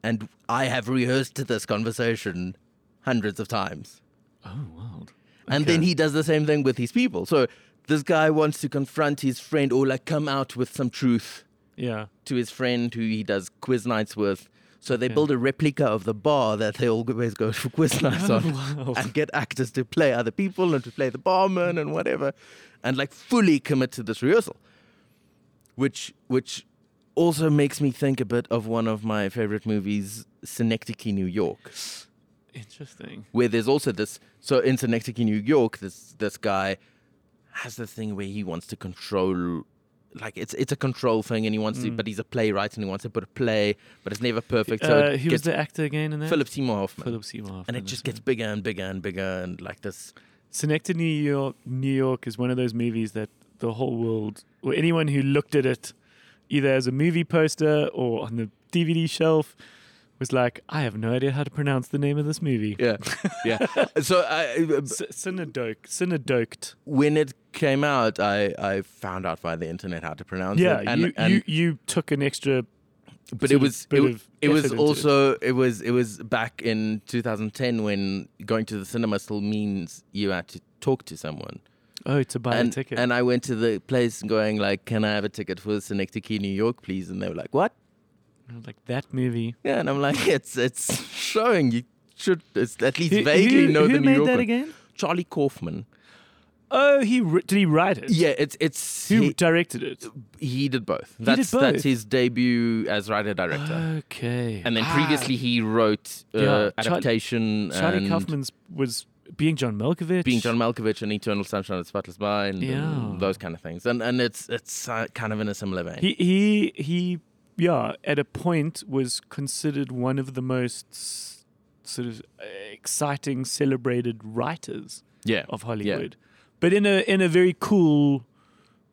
S3: and i have rehearsed this conversation hundreds of times
S1: oh, wild.
S3: and then he does the same thing with his people. So this guy wants to confront his friend or like come out with some truth
S1: Yeah.
S3: to his friend who he does quiz nights with. So they
S1: Okay.
S3: build a replica of the bar that they always go for quiz nights on
S1: wow.
S3: and get actors to play other people and to play the barman and whatever and like fully commit to this rehearsal. Which which also makes me think a bit of one of my favorite movies, Synecdoche, New York
S1: Interesting.
S3: where there's also this so in Synecdoche, New York, this this guy has this thing where he wants to control like it's it's a control thing and he wants to
S1: Mm.
S3: but he's a playwright and he wants to put a play, but it's never perfect. So
S1: Uh,
S3: it
S1: who was
S3: gets
S1: the actor again in that?
S3: Philip Seymour Hoffman.
S1: Philip Seymour. Hoffman,
S3: and it
S1: that's
S3: just
S1: right.
S3: gets bigger and bigger and bigger and like this
S1: Synecdoche, New York, New York is one of those movies that the whole world, or anyone who looked at it, either as a movie poster or on the DVD shelf, was like, I have no idea how to pronounce the name of this movie.
S3: Yeah. Yeah. so I
S1: S- Synodoke, Synodoked.
S3: when it came out I I found out via the internet how to pronounce
S1: Yeah,
S3: it. And,
S1: you,
S3: and
S1: you you took an extra.
S3: but
S1: sort
S3: it
S1: of
S3: was
S1: bit
S3: it,
S1: of
S3: it
S1: effort
S3: was
S1: into
S3: also it. was it was back in 2010 when going to the cinema still means you had to talk to someone
S1: Oh, to buy
S3: and
S1: a ticket.
S3: and I went to the place and going like can I have a ticket for Synecdoche New York please and they were like what
S1: I was like that movie.
S3: yeah and I'm like it's it's showing you should it's at least
S1: Who-
S3: vaguely
S1: who-
S3: know
S1: who
S3: the New
S1: made
S3: York
S1: that
S3: one.
S1: again?
S3: Charlie Kaufman
S1: Oh, he wr- did he write it?
S3: yeah it's it's
S1: Who
S3: he,
S1: directed it?
S3: he did both that's
S1: both?
S3: that's his debut as writer director
S1: Okay.
S3: and then previously he wrote uh,
S1: Ah. Yeah, Char-
S3: adaptation
S1: Charlie
S3: and
S1: Kaufman's was being John Malkovich.
S3: being John Malkovich and Eternal Sunshine of the Spotless Mind,
S1: Yeah.
S3: and those kind of things, and and it's it's uh, kind of in a similar vein.
S1: He he he. Yeah, at a point was considered one of the most s- sort of uh, exciting, celebrated writers
S3: yeah,
S1: of Hollywood, but in a in a very cool,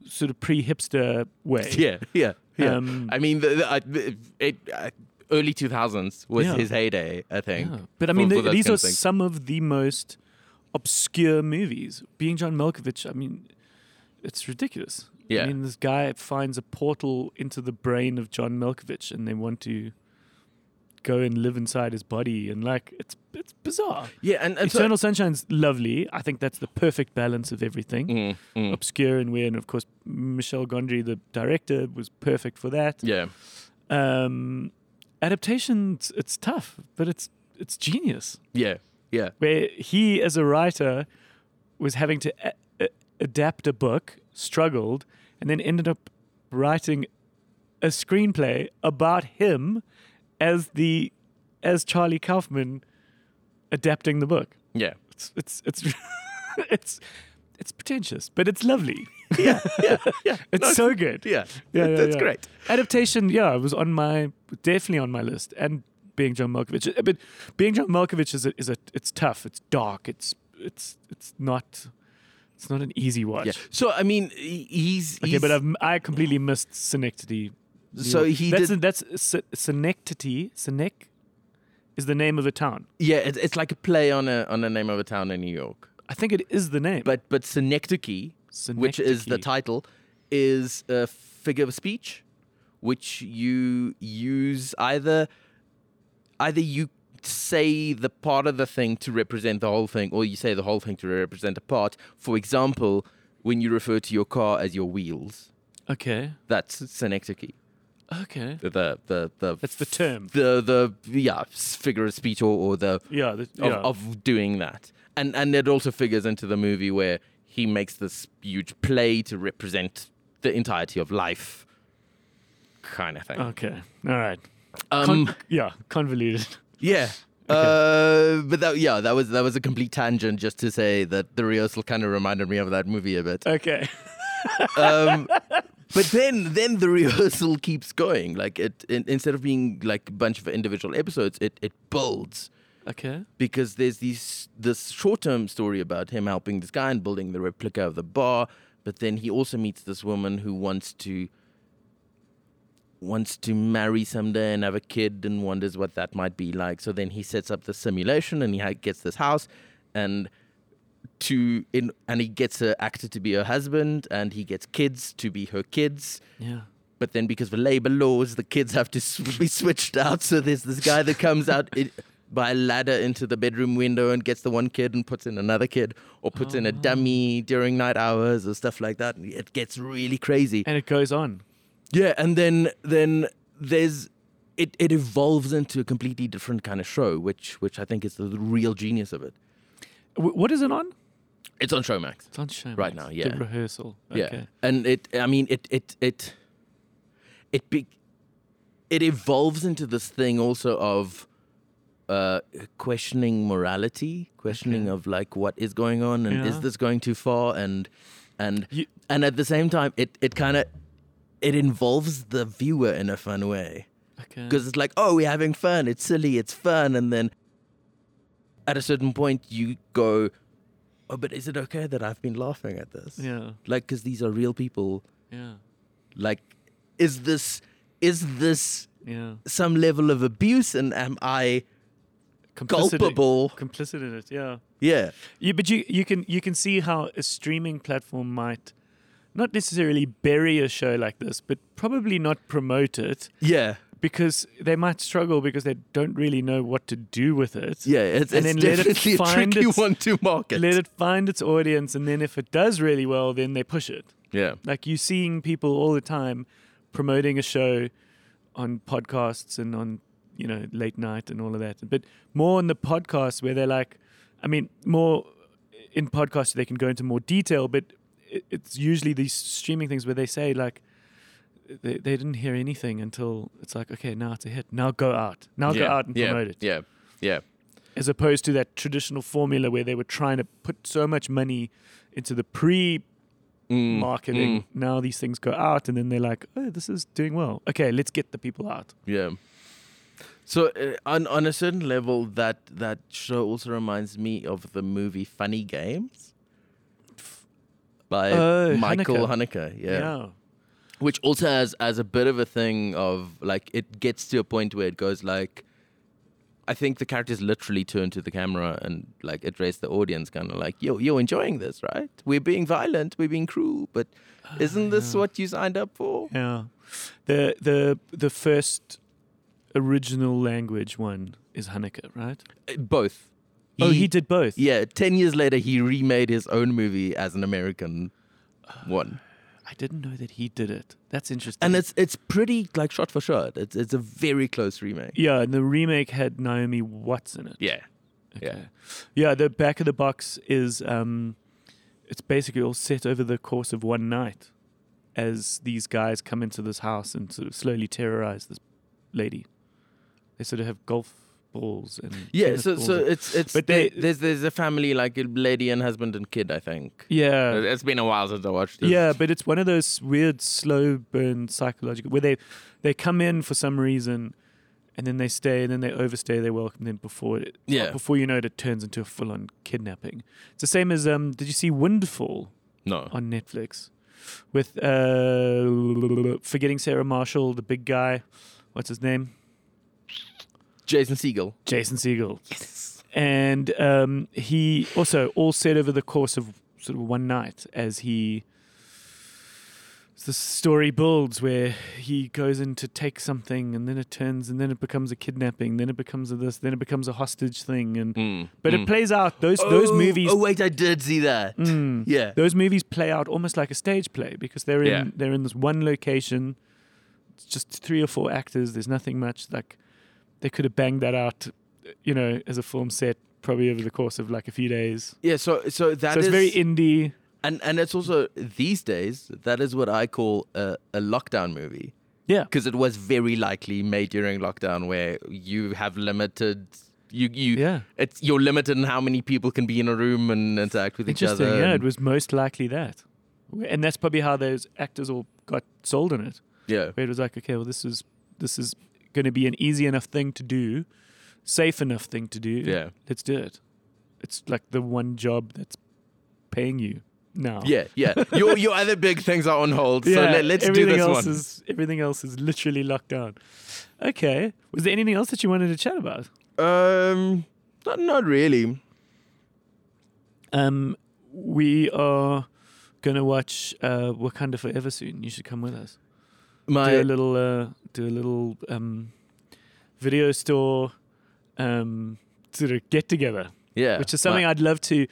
S1: sort of pre-hipster way.
S3: yeah, yeah. yeah.
S1: Um,
S3: I mean, the, the, I, the- it, I, early two thousands was
S1: Yeah.
S3: his heyday, I think.
S1: Yeah. But I
S3: for-
S1: mean,
S3: for
S1: th-
S3: those
S1: these
S3: kind
S1: are
S3: of things.
S1: some of the most obscure movies. Being John Malkovich, I mean, it's ridiculous. I
S3: Yeah.
S1: mean, this guy finds a portal into the brain of John Malkovich, and they want to go and live inside his body, and like, it's it's bizarre.
S3: yeah, and, and so-
S1: Eternal Sunshine's lovely. I think that's the perfect balance of everything,
S3: Mm, mm.
S1: obscure and weird. And of course, Michel Gondry, the director, was perfect for that
S3: yeah,
S1: um, adaptations it's tough but it's it's genius
S3: yeah, yeah,
S1: where he as a writer was having to a- a- adapt a book struggled and then ended up writing a screenplay about him as the as charlie kaufman adapting the book
S3: yeah.
S1: it's it's it's it's, it's pretentious but it's lovely
S3: Yeah, yeah, yeah.
S1: it's
S3: No,
S1: so good
S3: yeah,
S1: yeah,
S3: It-
S1: yeah,
S3: it's
S1: yeah.
S3: great.
S1: Adaptation, yeah, it was on my definitely on my list, and being John Malkovich. Uh, But being John Malkovich is a, is a it's tough, it's dark, it's it's it's not it's not an easy watch.
S3: Yeah. So I mean, he- he's
S1: Okay,
S3: he's,
S1: but I've, I completely missed Synecdoche. New
S3: So
S1: York.
S3: he
S1: that's
S3: did-
S1: that's Sy- Synecdoche. Synec is the name of a town.
S3: yeah, it's, it's like a play on a on the name of a town in New York.
S1: I think it is the name.
S3: but but synecdoche, which is the
S1: Synecdoche.
S3: title, is a figure of speech, which you use either either you say the part of the thing to represent the whole thing, or you say the whole thing to represent a part. For example, when you refer to your car as your wheels,
S1: okay,
S3: that's synecdoche.
S1: okay,
S3: The the the, the
S1: that's the term.
S3: the the yeah s- figure of speech or, or the
S1: yeah, the,
S3: of,
S1: yeah.
S3: of doing that. And and it also figures into the movie where he makes this huge play to represent the entirety of life, kind of thing.
S1: okay, all right,
S3: um,
S1: Con- yeah, convoluted.
S3: yeah. Uh, but that yeah, that was that was a complete tangent just to say that the rehearsal kind of reminded me of that movie a bit.
S1: Okay.
S3: Um, but then then the rehearsal keeps going. Like it in, instead of being like a bunch of individual episodes, it it builds.
S1: Okay.
S3: because there's these this short-term story about him helping this guy and building the replica of the bar, but then he also meets this woman who wants to wants to marry someday and have a kid and wonders what that might be like. So then he sets up the simulation and he ha- gets this house and to in and he gets her actor to be her husband and he gets kids to be her kids
S1: Yeah.
S3: but then because of labor laws, the kids have to sw- be switched out. So there's this guy that comes out i by a ladder into the bedroom window and gets the one kid and puts in another kid or puts in a dummy during night hours or stuff like that. And it gets really crazy.
S1: And it goes on.
S3: Yeah, and then then there's it, it evolves into a completely different kind of show, which which I think is the real genius of it.
S1: W- what is it on?
S3: It's on Showmax.
S1: It's on Showmax.
S3: Right now, yeah.
S1: The rehearsal.
S3: Yeah,
S1: Okay.
S3: and it I mean it it it it be, it evolves into this thing also of uh, questioning morality, questioning of like what is going on and
S1: Yeah.
S3: is this going too far and and
S1: You-
S3: and at the same time it it kind of it involves the viewer in a fun way.
S1: Okay.
S3: because it's like, oh, we're having fun. It's silly. It's fun. And then at a certain point, you go, oh, but is it okay that I've been laughing at this?
S1: Yeah.
S3: Like, because these are real people.
S1: Yeah.
S3: Like, is this is this
S1: Yeah.
S3: some level of abuse? And am I?
S1: Complicit-
S3: Culpable.
S1: Complicit in it. Yeah.
S3: Yeah,
S1: Yeah, but you you can you can see how a streaming platform might not necessarily bury a show like this, but probably not promote it
S3: yeah,
S1: because they might struggle because they don't really know what to do with it.
S3: yeah. It's,
S1: And then
S3: it's
S1: let it
S3: definitely a
S1: find
S3: tricky
S1: its-
S3: one to market.
S1: Let it find its audience, and then if it does really well, then they push it.
S3: yeah,
S1: Like you seeing people all the time promoting a show on podcasts and on you know late night and all of that, but more on the podcast where they're like, I mean, more in podcasts they can go into more detail, but it, it's usually these streaming things where they say like. They, they didn't hear anything until it's like okay now it's a hit now go out now go out and
S3: yeah,
S1: promote it
S3: Yeah, yeah,
S1: as opposed to that traditional formula where they were trying to put so much money into the pre marketing.
S3: mm.
S1: Now these things go out, and then they're like, "Oh, this is doing well. Okay, let's get the people out."
S3: Yeah. So uh, on on a certain level, that that show also reminds me of the movie Funny Games by
S1: Oh,
S3: Michael Haneke. yeah. Which also has as a bit of a thing of like it gets to a point where it goes like. I think the characters literally turn to the camera and like address the audience, kind of like, "Yo, you're enjoying this, right? We're being violent, we're being cruel, but isn't this what you signed up for?"
S1: yeah, yeah. The the the first original language one is Hanukkah, right?
S3: Uh, Both.
S1: oh, he did both.
S3: Yeah, 10 years later, he remade his own movie as an American one.
S1: I didn't know that he did it. That's interesting.
S3: And it's it's pretty, like, shot for shot. It's, it's a very close remake.
S1: yeah, and the remake had Naomi Watts in it.
S3: Yeah.
S1: Okay. Yeah, the back of the box is um it's basically all set over the course of one night as these guys come into this house and sort of slowly terrorize this lady. They sort of have golf balls and
S3: Yeah,
S1: tennis
S3: so
S1: balls
S3: so
S1: and-
S3: it's it's
S1: But
S3: but
S1: they-
S3: there's there's a family like a lady and husband and kid I think.
S1: yeah.
S3: It's been a while since I watched it.
S1: Yeah, but it's one of those weird slow burn psychological where they they come in for some reason and then they stay and then they overstay their welcome then before it
S3: Yeah.
S1: before you know it it turns into a full on kidnapping. It's the same as um did you see Windfall?
S3: no.
S1: on Netflix with uh, forgetting Sarah Marshall, the big guy. What's his name?
S3: Jason Siegel.
S1: Jason Siegel. Yes. And um, he also all set over the course of sort of one night as he. The story builds where he goes in to take something, and then it turns, and then it becomes a kidnapping, then it becomes a this, then it becomes a hostage thing, and but it plays out those those
S3: Mm. Oh,
S1: movies. mm.
S3: Oh wait, I did see that. Yeah.
S1: those movies play out almost like a stage play because they're in
S3: Yeah.
S1: they're in this one location. It's just three or four actors. There's nothing much. Like they could have banged that out, you know, as a film set probably over the course of like a few days.
S3: Yeah, so so that
S1: so it's
S3: is-
S1: very indie.
S3: and and it's also these days that is what I call a, a lockdown movie.
S1: Yeah.
S3: because it was very likely made during lockdown where you have limited you you
S1: Yeah.
S3: it's you're limited in how many people can be in a room and interact with each
S1: Interesting.
S3: other
S1: Yeah, it
S3: and-
S1: was most likely that, and that's probably how those actors all got sold on it.
S3: yeah
S1: Where it was like, okay, well, this is this is going to be an easy enough thing to do, safe enough thing to do.
S3: Yeah.
S1: let's do it. It's like the one job that's paying you now.
S3: yeah yeah your your other big things are on hold so
S1: Yeah,
S3: let, let's do
S1: everything
S3: this
S1: else
S3: one
S1: Is, everything else is literally locked down. Okay. Was there anything else that you wanted to chat about?
S3: um not, not really
S1: Um, we are going to watch uh, Wakanda Forever soon. You should come with us. do a
S3: my
S1: little uh, do a little um, video store um, sort of get together,
S3: yeah
S1: which is something
S3: my,
S1: I'd love to.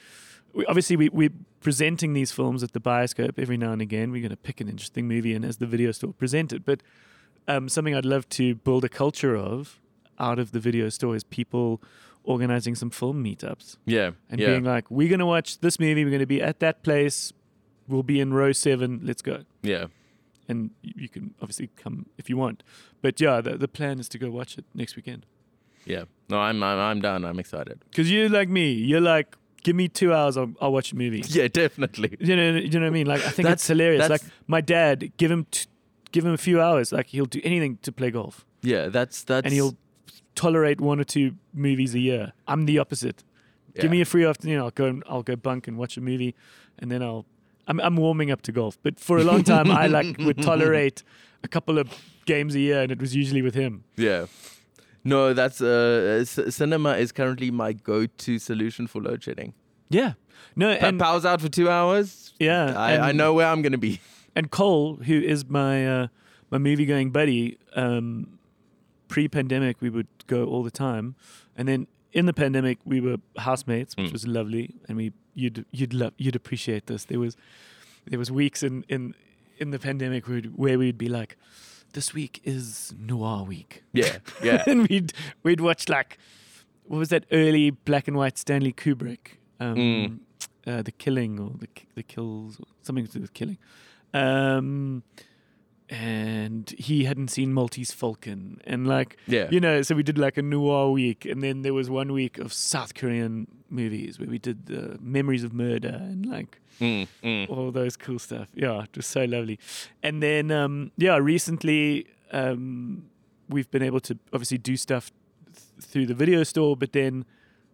S1: We, obviously, we we presenting these films at the bioscope every now and again. We're going to pick an interesting movie and as the video store present it. But um, something I'd love to build a culture of out of the video store is people organizing some film meetups
S3: Yeah.
S1: and
S3: yeah.
S1: being like, we're going to watch this movie. We're going to be at that place. We'll be in row seven. Let's go.
S3: yeah.
S1: And y- you can obviously come if you want. But yeah, the, the plan is to go watch it next weekend.
S3: Yeah. No, I'm I'm, I'm done. I'm excited.
S1: Because you're like me. You're like, give me two hours. I'll, I'll watch a movie.
S3: Yeah, definitely.
S1: You know, you know what I mean? Like, I think
S3: That's-
S1: it's hilarious.
S3: that's-
S1: Like, my dad, give him, t- give him a few hours. Like, he'll do anything to play golf,
S3: Yeah, that's that's
S1: and he'll tolerate one or two movies a year. I'm the opposite.
S3: yeah.
S1: Give me a free afternoon. I'll go. And, I'll go bunk and watch a movie, and then I'll. I'm, I'm warming up to golf, but for a long time, I like would tolerate a couple of games a year, and it was usually with him.
S3: Yeah. No, that's uh, c- cinema is currently my go-to solution for load shedding.
S1: Yeah. No,
S3: And
S1: and
S3: powers out for two hours.
S1: yeah,
S3: I,
S1: and,
S3: I know where I'm gonna be.
S1: And Cole, who is my uh, my movie going buddy, um, pre pandemic we would go all the time, and then in the pandemic we were housemates, which
S3: Mm.
S1: was lovely, and we you'd you'd love you'd appreciate this. There was there was weeks in in in the pandemic where we'd, where we'd be like, this week is noir week,
S3: Yeah, yeah,
S1: and we'd we'd watch like what was that early black and white Stanley Kubrick, um,
S3: Mm.
S1: uh, The Killing or the K- the Kills, or something to do with killing. Um, and he hadn't seen Maltese Falcon, and like
S3: yeah.
S1: you know, so we did like a noir week, and then there was one week of South Korean movies where we did the Memories of Murder and like
S3: Mm, mm.
S1: all those cool stuff. Yeah, it was so lovely. And then, um, yeah, recently um, we've been able to obviously do stuff th- through the video store, but then,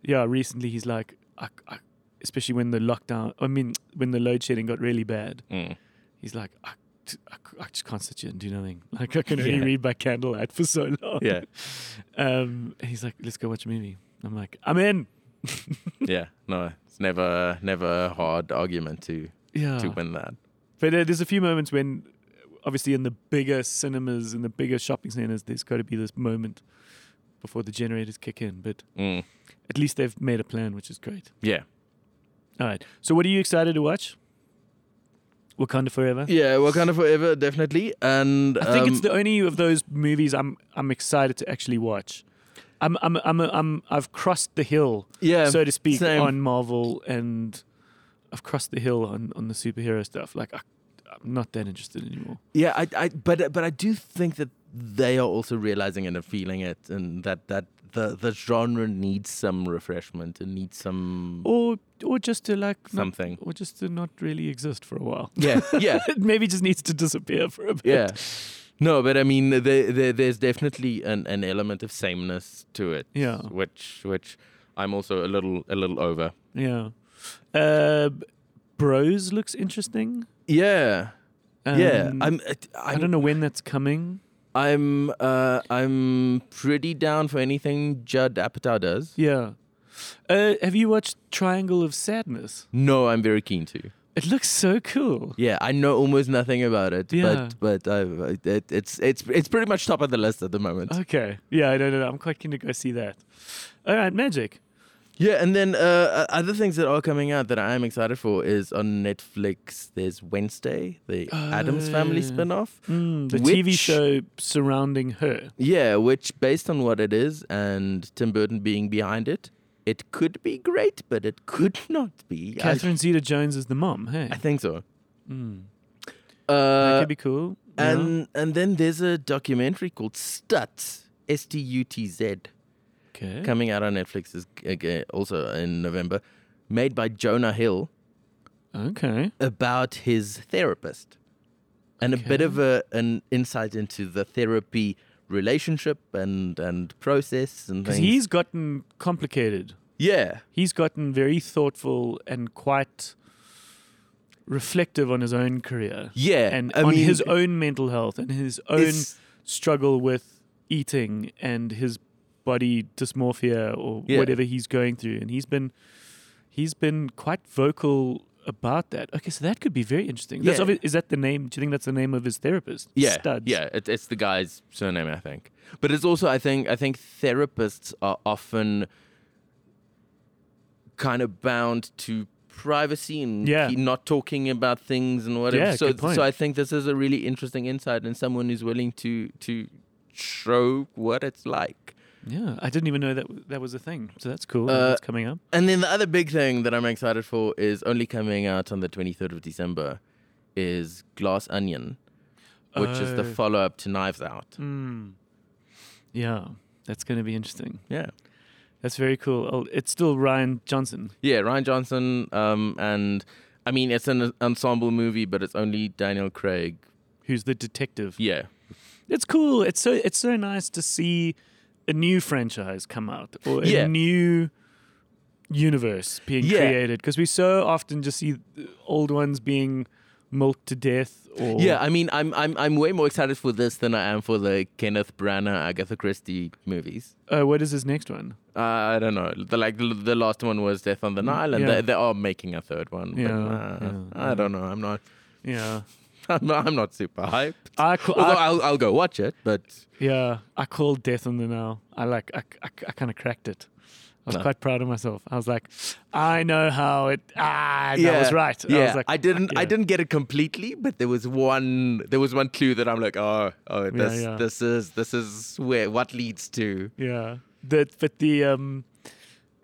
S1: yeah, recently he's like, I, I, especially when the lockdown, I mean, when the load shedding got really bad,
S3: Mm.
S1: he's like, I, t- I c- I just can't sit here and do nothing. Like, I can only
S3: Yeah.
S1: read by candlelight for so long.
S3: Yeah,
S1: Um, and he's like, let's go watch a movie. I'm like, I'm in.
S3: yeah. No, it's never never a hard argument to
S1: Yeah.
S3: to win that.
S1: But uh, there's a few moments when, obviously, in the bigger cinemas and the bigger shopping centers, there's got to be this moment before the generators kick in. But
S3: Mm.
S1: at least they've made a plan, which is great.
S3: Yeah,
S1: All right. So, what are you excited to watch? Wakanda Forever.
S3: yeah. Wakanda Forever, definitely. And um,
S1: I think it's the only of those movies I'm I'm excited to actually watch. I'm I'm I'm, I'm I've crossed the hill,
S3: yeah.
S1: so to speak,
S3: same.
S1: on Marvel, and I've crossed the hill on on the superhero stuff. Like I, I'm not that interested anymore.
S3: Yeah, I, I, but but I do think that they are also realizing it and feeling it, and that that the the genre needs some refreshment and needs some
S1: or or just to like not-
S3: something.
S1: or just to not really exist for a while.
S3: Yeah, yeah,
S1: It maybe just needs to disappear for a bit.
S3: yeah. No, but I mean, there, there, there's definitely an, an element of sameness to it.
S1: Yeah.
S3: which which I'm also a little a little over.
S1: yeah. Uh, Bros looks interesting.
S3: Yeah, yeah.
S1: Um,
S3: I'm,
S1: I
S3: I'm
S1: don't know when that's coming.
S3: I'm uh, I'm pretty down for anything Judd Apatow does.
S1: Yeah. Uh, have you watched Triangle of Sadness?
S3: No, I'm very keen to.
S1: It looks so cool.
S3: Yeah, I know almost nothing about it,
S1: Yeah.
S3: but but uh, it, it's it's it's pretty much top of the list at the moment.
S1: Okay. Yeah, no, no, no. I'm quite keen to go see that. All right, Magic.
S3: Yeah, and then uh, uh, other things that are coming out that I am excited for is on Netflix. There's Wednesday, the Adams Family
S1: Oh.
S3: spinoff.
S1: Mm, the TV
S3: Which-
S1: show surrounding her.
S3: Yeah, which based on what it is and Tim Burton being behind it, it could be great, but it could not be. I-
S1: Catherine Zeta-Jones is the mom. Hey,
S3: I, think so.
S1: Mm. that
S3: Uh,
S1: could be cool. Yeah.
S3: and and then there's a documentary called Stut, S T U T Z.
S1: okay.
S3: coming out on Netflix is aga- also in November, made by Jonah Hill
S1: Okay.
S3: about his therapist, and a bit
S1: Okay.
S3: of a, an insight into the therapy relationship and and process and
S1: Because
S3: things.
S1: he's gotten complicated.
S3: yeah,
S1: He's gotten very thoughtful and quite reflective on his own career
S3: yeah,
S1: and
S3: I
S1: on
S3: mean,
S1: his own mental health and his own
S3: it's-
S1: struggle with eating and his body dysmorphia or
S3: Yeah.
S1: whatever he's going through. And he's been he's been quite vocal about that. Okay, so that could be very interesting. That's
S3: Yeah.
S1: obvi- is that the name? Do you think that's the name of his therapist?
S3: Yeah,
S1: Studs.
S3: yeah, it, it's the guy's surname, I think. But it's also, I think, I think therapists are often kind of bound to privacy and
S1: Yeah.
S3: he not talking about things and whatever.
S1: Yeah,
S3: so,
S1: good point.
S3: so I think this is a really interesting insight and someone who's willing to to show what it's like.
S1: Yeah, I didn't even know that w- that was a thing. So that's cool.
S3: Uh,
S1: that's coming up.
S3: And then the other big thing that I'm excited for is only coming out on the 23rd of December is Glass Onion, which is the
S1: Oh.
S3: follow up to Knives Out.
S1: Mm. Yeah, that's going to be interesting.
S3: Yeah.
S1: That's very cool. Oh, it's still Ryan Johnson.
S3: Yeah, Ryan Johnson. Um, and I mean, it's an ensemble movie, but it's only Daniel Craig.
S1: who's the detective.
S3: Yeah.
S1: It's cool. It's so it's so nice to see a new franchise come out or a
S3: Yeah.
S1: new universe being
S3: Yeah.
S1: created because we so often just see uh, old ones being milked to death or
S3: Yeah, I mean, I'm I'm I'm way more excited for this than I am for the Kenneth Branagh Agatha Christie movies.
S1: Uh, what is his next one?
S3: Uh, I don't know. The, like the, the last one was Death on the Nile, and
S1: yeah.
S3: they, they are making a third one. but,
S1: Yeah,
S3: uh,
S1: yeah,
S3: I don't know. I'm not.
S1: Yeah.
S3: I'm not, I'm not super hyped.
S1: I, ca-
S3: Although
S1: I,
S3: I'll, I'll go watch it, but
S1: yeah, I called Death on the Nile. I like I, I, kind of cracked it. I was
S3: No.
S1: quite proud of myself. I was like, I know how it. Ah, that was right.
S3: Yeah,
S1: I
S3: I,
S1: was like,
S3: didn't.
S1: yeah.
S3: I didn't get it completely, but there was one. There was one clue that I'm like, oh, oh, this,
S1: yeah.
S3: this is, this is where what leads to.
S1: Yeah. The but the um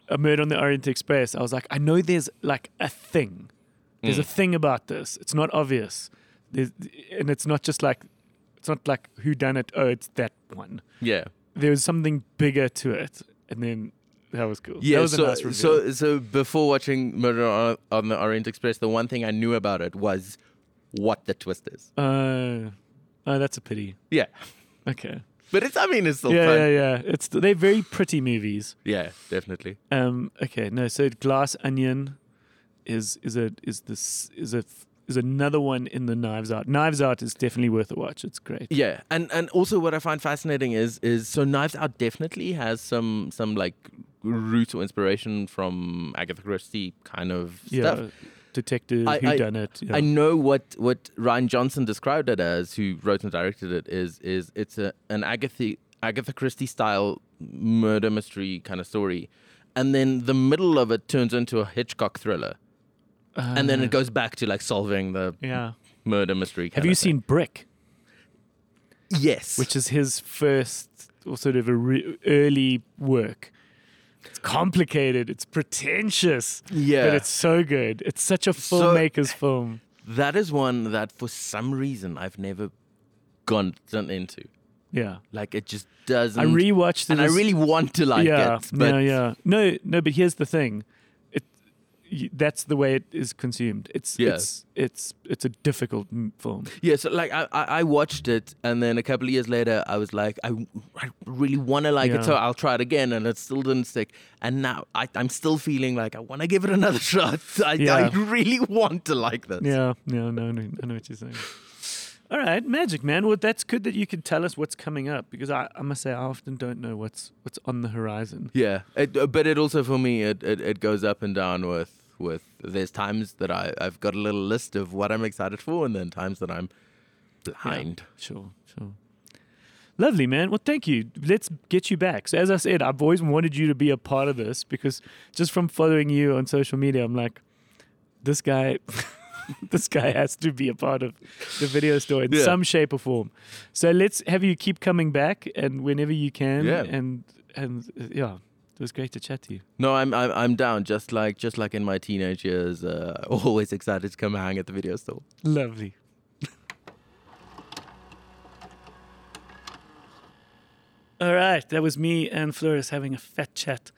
S1: a murder on the Orient Express, I was like, I know there's like a thing. There's a
S3: Mm.
S1: thing about this. It's not obvious. There's, and it's not just like it's not like who done it, oh it's that one.
S3: Yeah.
S1: There's something bigger to it. And then that was cool.
S3: Yeah,
S1: that was
S3: so,
S1: a nice reveal.
S3: so so before watching Murder on, on the Orient Express, the one thing I knew about it was what the twist is.
S1: uh, oh, that's a pity.
S3: Yeah,
S1: Okay.
S3: but it's I mean it's still
S1: Yeah,
S3: fun.
S1: yeah, yeah. It's they're very pretty movies.
S3: Yeah, definitely.
S1: Um, okay, no. So Glass Onion is is a is this is a is another one in the Knives Out. Knives Out is definitely worth a watch. It's great.
S3: Yeah, and and also what I find fascinating is is so Knives Out definitely has some some like root or inspiration from Agatha Christie kind of
S1: Yeah,
S3: stuff.
S1: detective
S3: I-
S1: who
S3: I-
S1: done it. Yeah.
S3: I know what what Ryan Johnson described it as, who wrote and directed it, is is it's a an Agatha Agatha Christie style murder mystery kind of story, and then the middle of it turns into a Hitchcock thriller, and then
S1: Uh,
S3: it goes back to like solving the
S1: Yeah.
S3: murder mystery. Kind
S1: Have you
S3: of thing.
S1: seen Brick,
S3: Yes,
S1: which is his first or sort of a re- early work? It's complicated. It's pretentious.
S3: yeah,
S1: But it's so good. It's such a
S3: So-
S1: filmmaker's film.
S3: that is one that for some reason I've never gone done into.
S1: Yeah.
S3: Like it just doesn't.
S1: I rewatched it.
S3: and I
S1: as-
S3: really want to like
S1: yeah,
S3: it, but
S1: no, yeah, no, no. But here's the thing, it y- that's the way it is consumed. It's
S3: Yeah.
S1: it's it's it's a difficult m- film.
S3: Yeah, so like I, I I watched it, and then a couple of years later, I was like, I, I really want to like
S1: Yeah.
S3: it, so I'll try it again, and it still didn't stick. And now I, I'm still feeling like I want to give it another shot. I,
S1: Yeah.
S3: I really want to like this.
S1: Yeah, no, no, no. I know what you're saying. All right, Magic Man. Well, that's good that you could tell us what's coming up because I, I must say I often don't know what's what's on the horizon.
S3: Yeah, it, uh, but it also for me it, it, it goes up and down with with there's times that I I've got a little list of what I'm excited for, and then times that I'm blind.
S1: Sure, sure. Lovely, man. Well, thank you. Let's get you back. So, as I said, I've always wanted you to be a part of this because just from following you on social media, I'm like, this guy, this guy has to be a part of the video store in
S3: Yeah.
S1: some shape or form. So let's have you keep coming back and whenever you can.
S3: Yeah.
S1: And and uh, yeah, it was great to chat to you.
S3: No, I'm, I'm I'm down. Just like just like in my teenage years, uh, always excited to come hang at the video store.
S1: Lovely. All right, that was me and Flores having a fat chat.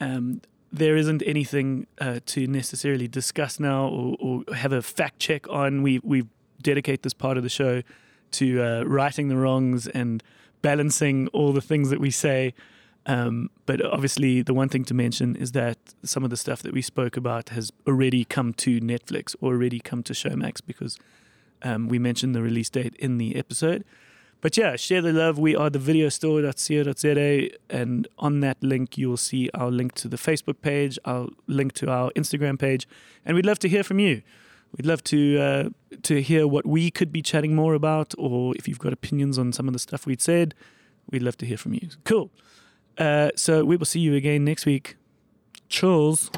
S1: Um, there isn't anything uh, to necessarily discuss now or, or have a fact check on. We we dedicate this part of the show to uh, righting the wrongs and balancing all the things that we say. Um, but obviously, the one thing to mention is that some of the stuff that we spoke about has already come to Netflix, already come to Showmax, because um, we mentioned the release date in the episode. But yeah, share the love. We are the videostore.co.za. And on that link, you'll see our link to the Facebook page, our link to our Instagram page. And we'd love to hear from you. We'd love to uh, to hear what we could be chatting more about, or if you've got opinions on some of the stuff we'd said, we'd love to hear from you. Cool. Uh, so we will see you again next week. Cheers.